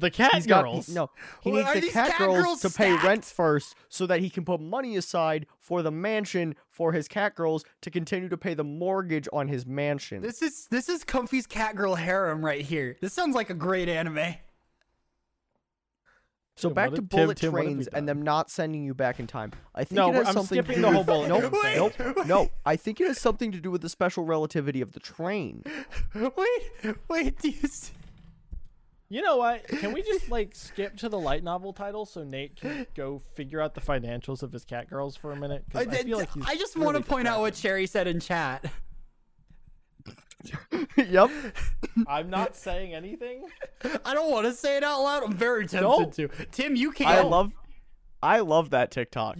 B: The cat
D: He's got
B: girls.
D: no. He
C: Well,
D: needs
C: are
D: the
C: these
D: cat,
C: cat
D: girls,
C: girls
D: to pay rent
C: stacked?
D: first, so that he can put money aside for the mansion for his cat girls to continue to pay the mortgage on his mansion.
C: This is this is Comfy's cat girl harem right here. This sounds like a great anime.
D: So
B: Tim,
D: back
B: what
D: to
B: if- Tim,
D: bullet
B: Tim, what have we
D: trains
B: done?
D: and them not sending you back in time. I think
B: No,
D: it has
B: I'm
D: something
B: skipping
D: to
B: the
D: do
B: whole bullet
D: with- Nope,
C: train thing.
D: nope, no. I think it has something to do with the special relativity of the train.
C: Wait, wait, do you see?
B: You know what? Can we just like skip to the light novel title so Nate can go figure out the financials of his cat girls for a minute? 'Cause I, feel like he's
C: I just want to
B: really
C: point out what Cherry said in chat.
D: yep.
B: distracted. I'm not saying anything.
C: I don't want to say it out loud. I'm very tempted
B: Don't.
C: to. Tim, you can't.
D: I love I love that TikTok.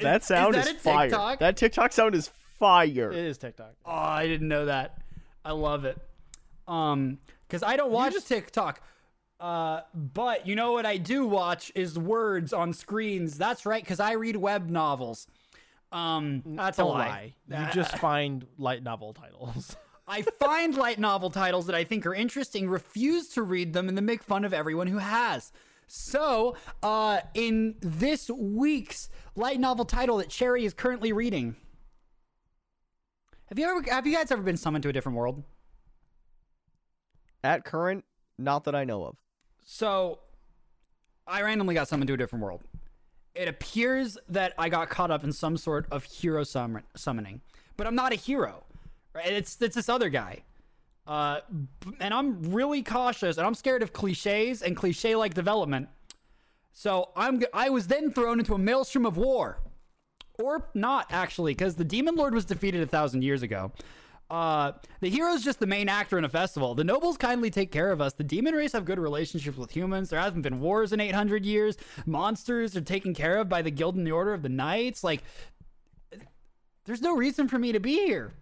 B: that sound
C: that
B: is,
C: a
B: fire.
C: TikTok?
D: That TikTok sound is fire.
B: It is TikTok.
C: Oh, I didn't know that. I love it. Um, because I don't watch TikTok. Uh, but you know what I do watch is words on screens. That's right, because I read web novels. Um, that's a
B: Don't
C: lie.
B: lie. You just find light novel titles.
C: I find light novel titles that I think are interesting, refuse to read them, and then make fun of everyone who has. So, uh, in this week's light novel title that Cherry is currently reading, have you ever have you guys ever been summoned to a different world?
D: At current, not that I know of.
C: So, I randomly got summoned to a different world. It appears that I got caught up in some sort of hero summon- summoning, but I'm not a hero. Right? It's it's this other guy, uh, b- and I'm really cautious, and I'm scared of cliches and cliche-like development. So I'm g- I was then thrown into a maelstrom of war, or not actually, because the demon lord was defeated a thousand years ago. Uh, the hero's just the main actor in a festival. The nobles kindly take care of us. The demon race have good relationships with humans. There hasn't been wars in 800 years. Monsters are taken care of by the guild and the order of the knights. Like, there's no reason for me to be here.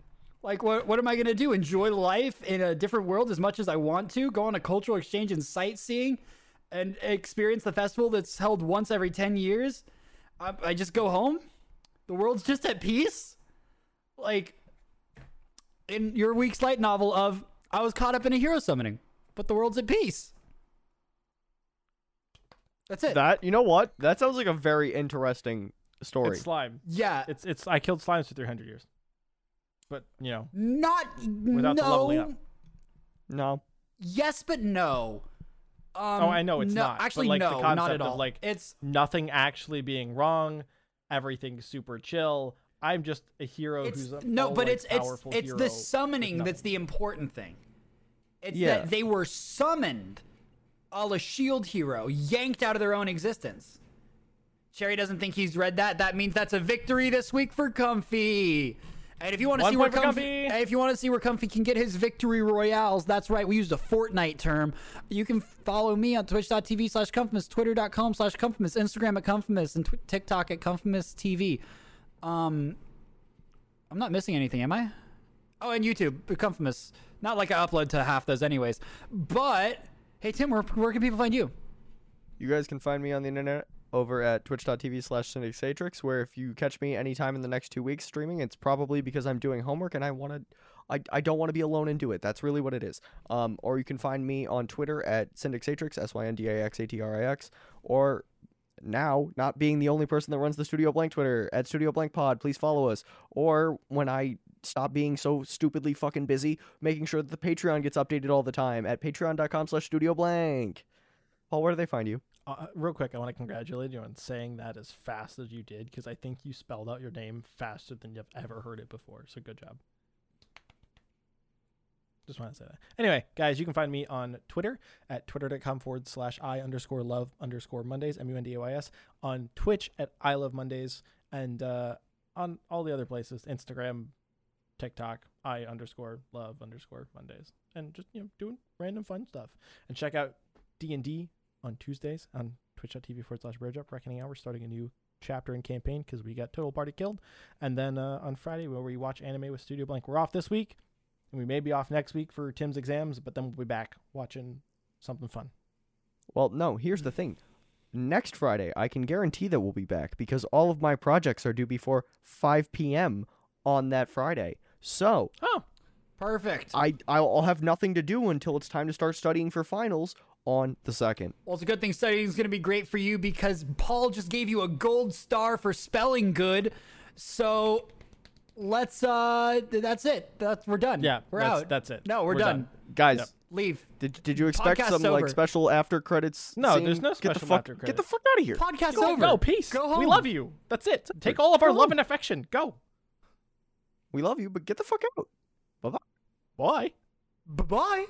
C: Like, what, what am I going to do? Enjoy life in a different world as much as I want to? Go on a cultural exchange and sightseeing and experience the festival that's held once every 10 years? I, I just go home? The world's just at peace? Like, in your week's light novel of I was caught up in a hero summoning, but the world's at peace. That's it.
D: That you know what? That sounds like a very interesting story.
B: It's slime.
C: yeah.
B: It's it's. I killed slimes for 300 years. But you know,
C: Not
B: without
C: no.
B: the leveling up.
D: no.
C: Yes, but no. Um,
B: Oh, I know it's
C: no,
B: not, but,
C: Actually,
B: like, the
C: no, not
B: concept
C: at
B: of,
C: all.
B: like-
C: it's
B: nothing actually being wrong. Everything's super chill. I'm just a hero
C: it's
B: oh, who's a
C: no,
B: all,
C: but
B: like,
C: it's it's
B: powerful
C: it's
B: hero
C: the
B: with
C: summoning
B: nothing.
C: that's the important thing. It's
D: Yeah.
C: that they were summoned, a la shield hero, yanked out of their own existence. Cherry doesn't think he's read that. That means that's a victory this week for Comfy. And if you want to
B: One
C: see where
B: point for
C: Comfy,
B: Comfy.
C: Hey, if you want to see where Comfy can get his victory royales, that's right. We used a Fortnite term. You can follow me on twitch.tv slash Comfimus, twitter.com slash Comfimus, Instagram at Comfimus, and tw- TikTok at Comfimus TV. Um, I'm not missing anything, am I? Oh, and YouTube, Comfimus. Not like I upload to half those anyways. But, hey, Tim, where, where can people find you?
D: You guys can find me on the internet over at twitch.tv slash syndicatrix, where if you catch me anytime in the next two weeks streaming, it's probably because I'm doing homework and I want to. I, I don't want to be alone and do it. That's really what it is. Um, or you can find me on Twitter at Syndixatrix, S Y N D A X A T R I X, or now not being the only person that runs the Studio Blank Twitter at Studio Blank Pod. Please follow us. Or when I stop being so stupidly fucking busy, making sure that the Patreon gets updated all the time at patreon.com slash Studio Blank. Paul, where do they find you?
B: Uh, real quick, I want to congratulate you on saying that as fast as you did because I think you spelled out your name faster than you've ever heard it before. So good job. Just want to say that. Anyway, guys, you can find me on Twitter at twitter.com forward slash I underscore love underscore Mondays, M U N D O I S, on Twitch at I love Mondays, and uh, on all the other places Instagram, TikTok, I underscore love underscore Mondays, and just, you know, doing random fun stuff. And check out D&D on Tuesdays on twitch.tv forward slash bridge up reckoning hour starting a new chapter and campaign because we got total party killed and then uh, on friday where we watch anime with studio blank we're off this week and we may be off next week for tim's exams but then we'll be back watching something fun
D: Well, no, here's the thing. Next Friday, I can guarantee that we'll be back because all of my projects are due before 5 p.m. on that Friday. So
B: oh
C: Perfect.
D: I I'll I'll have nothing to do until it's time to start studying for finals on the second.
C: Well, it's a good thing studying is going to be great for you because Paul just gave you a gold star for spelling good. So let's, uh, th- that's it. That's, we're done.
B: Yeah,
C: We're
B: that's-
C: out.
B: that's it.
C: No, we're,
B: We're
C: done.
B: done.
D: Guys,
B: Yep.
C: Leave.
D: did, did you expect
C: Podcast's
D: some
C: over.
D: like special after credits?
B: No,
D: scene?
B: there's no
D: get the
B: special
D: fuck,
B: after
D: Get the
B: credits.
D: fuck out of here.
C: Podcast
B: go,
C: over.
B: go peace
C: Go home.
B: we love you that's it take all of our
D: Go
B: love
D: home.
B: and affection go
D: we love you, but get the fuck out. Bye bye.
B: bye
C: Bye bye.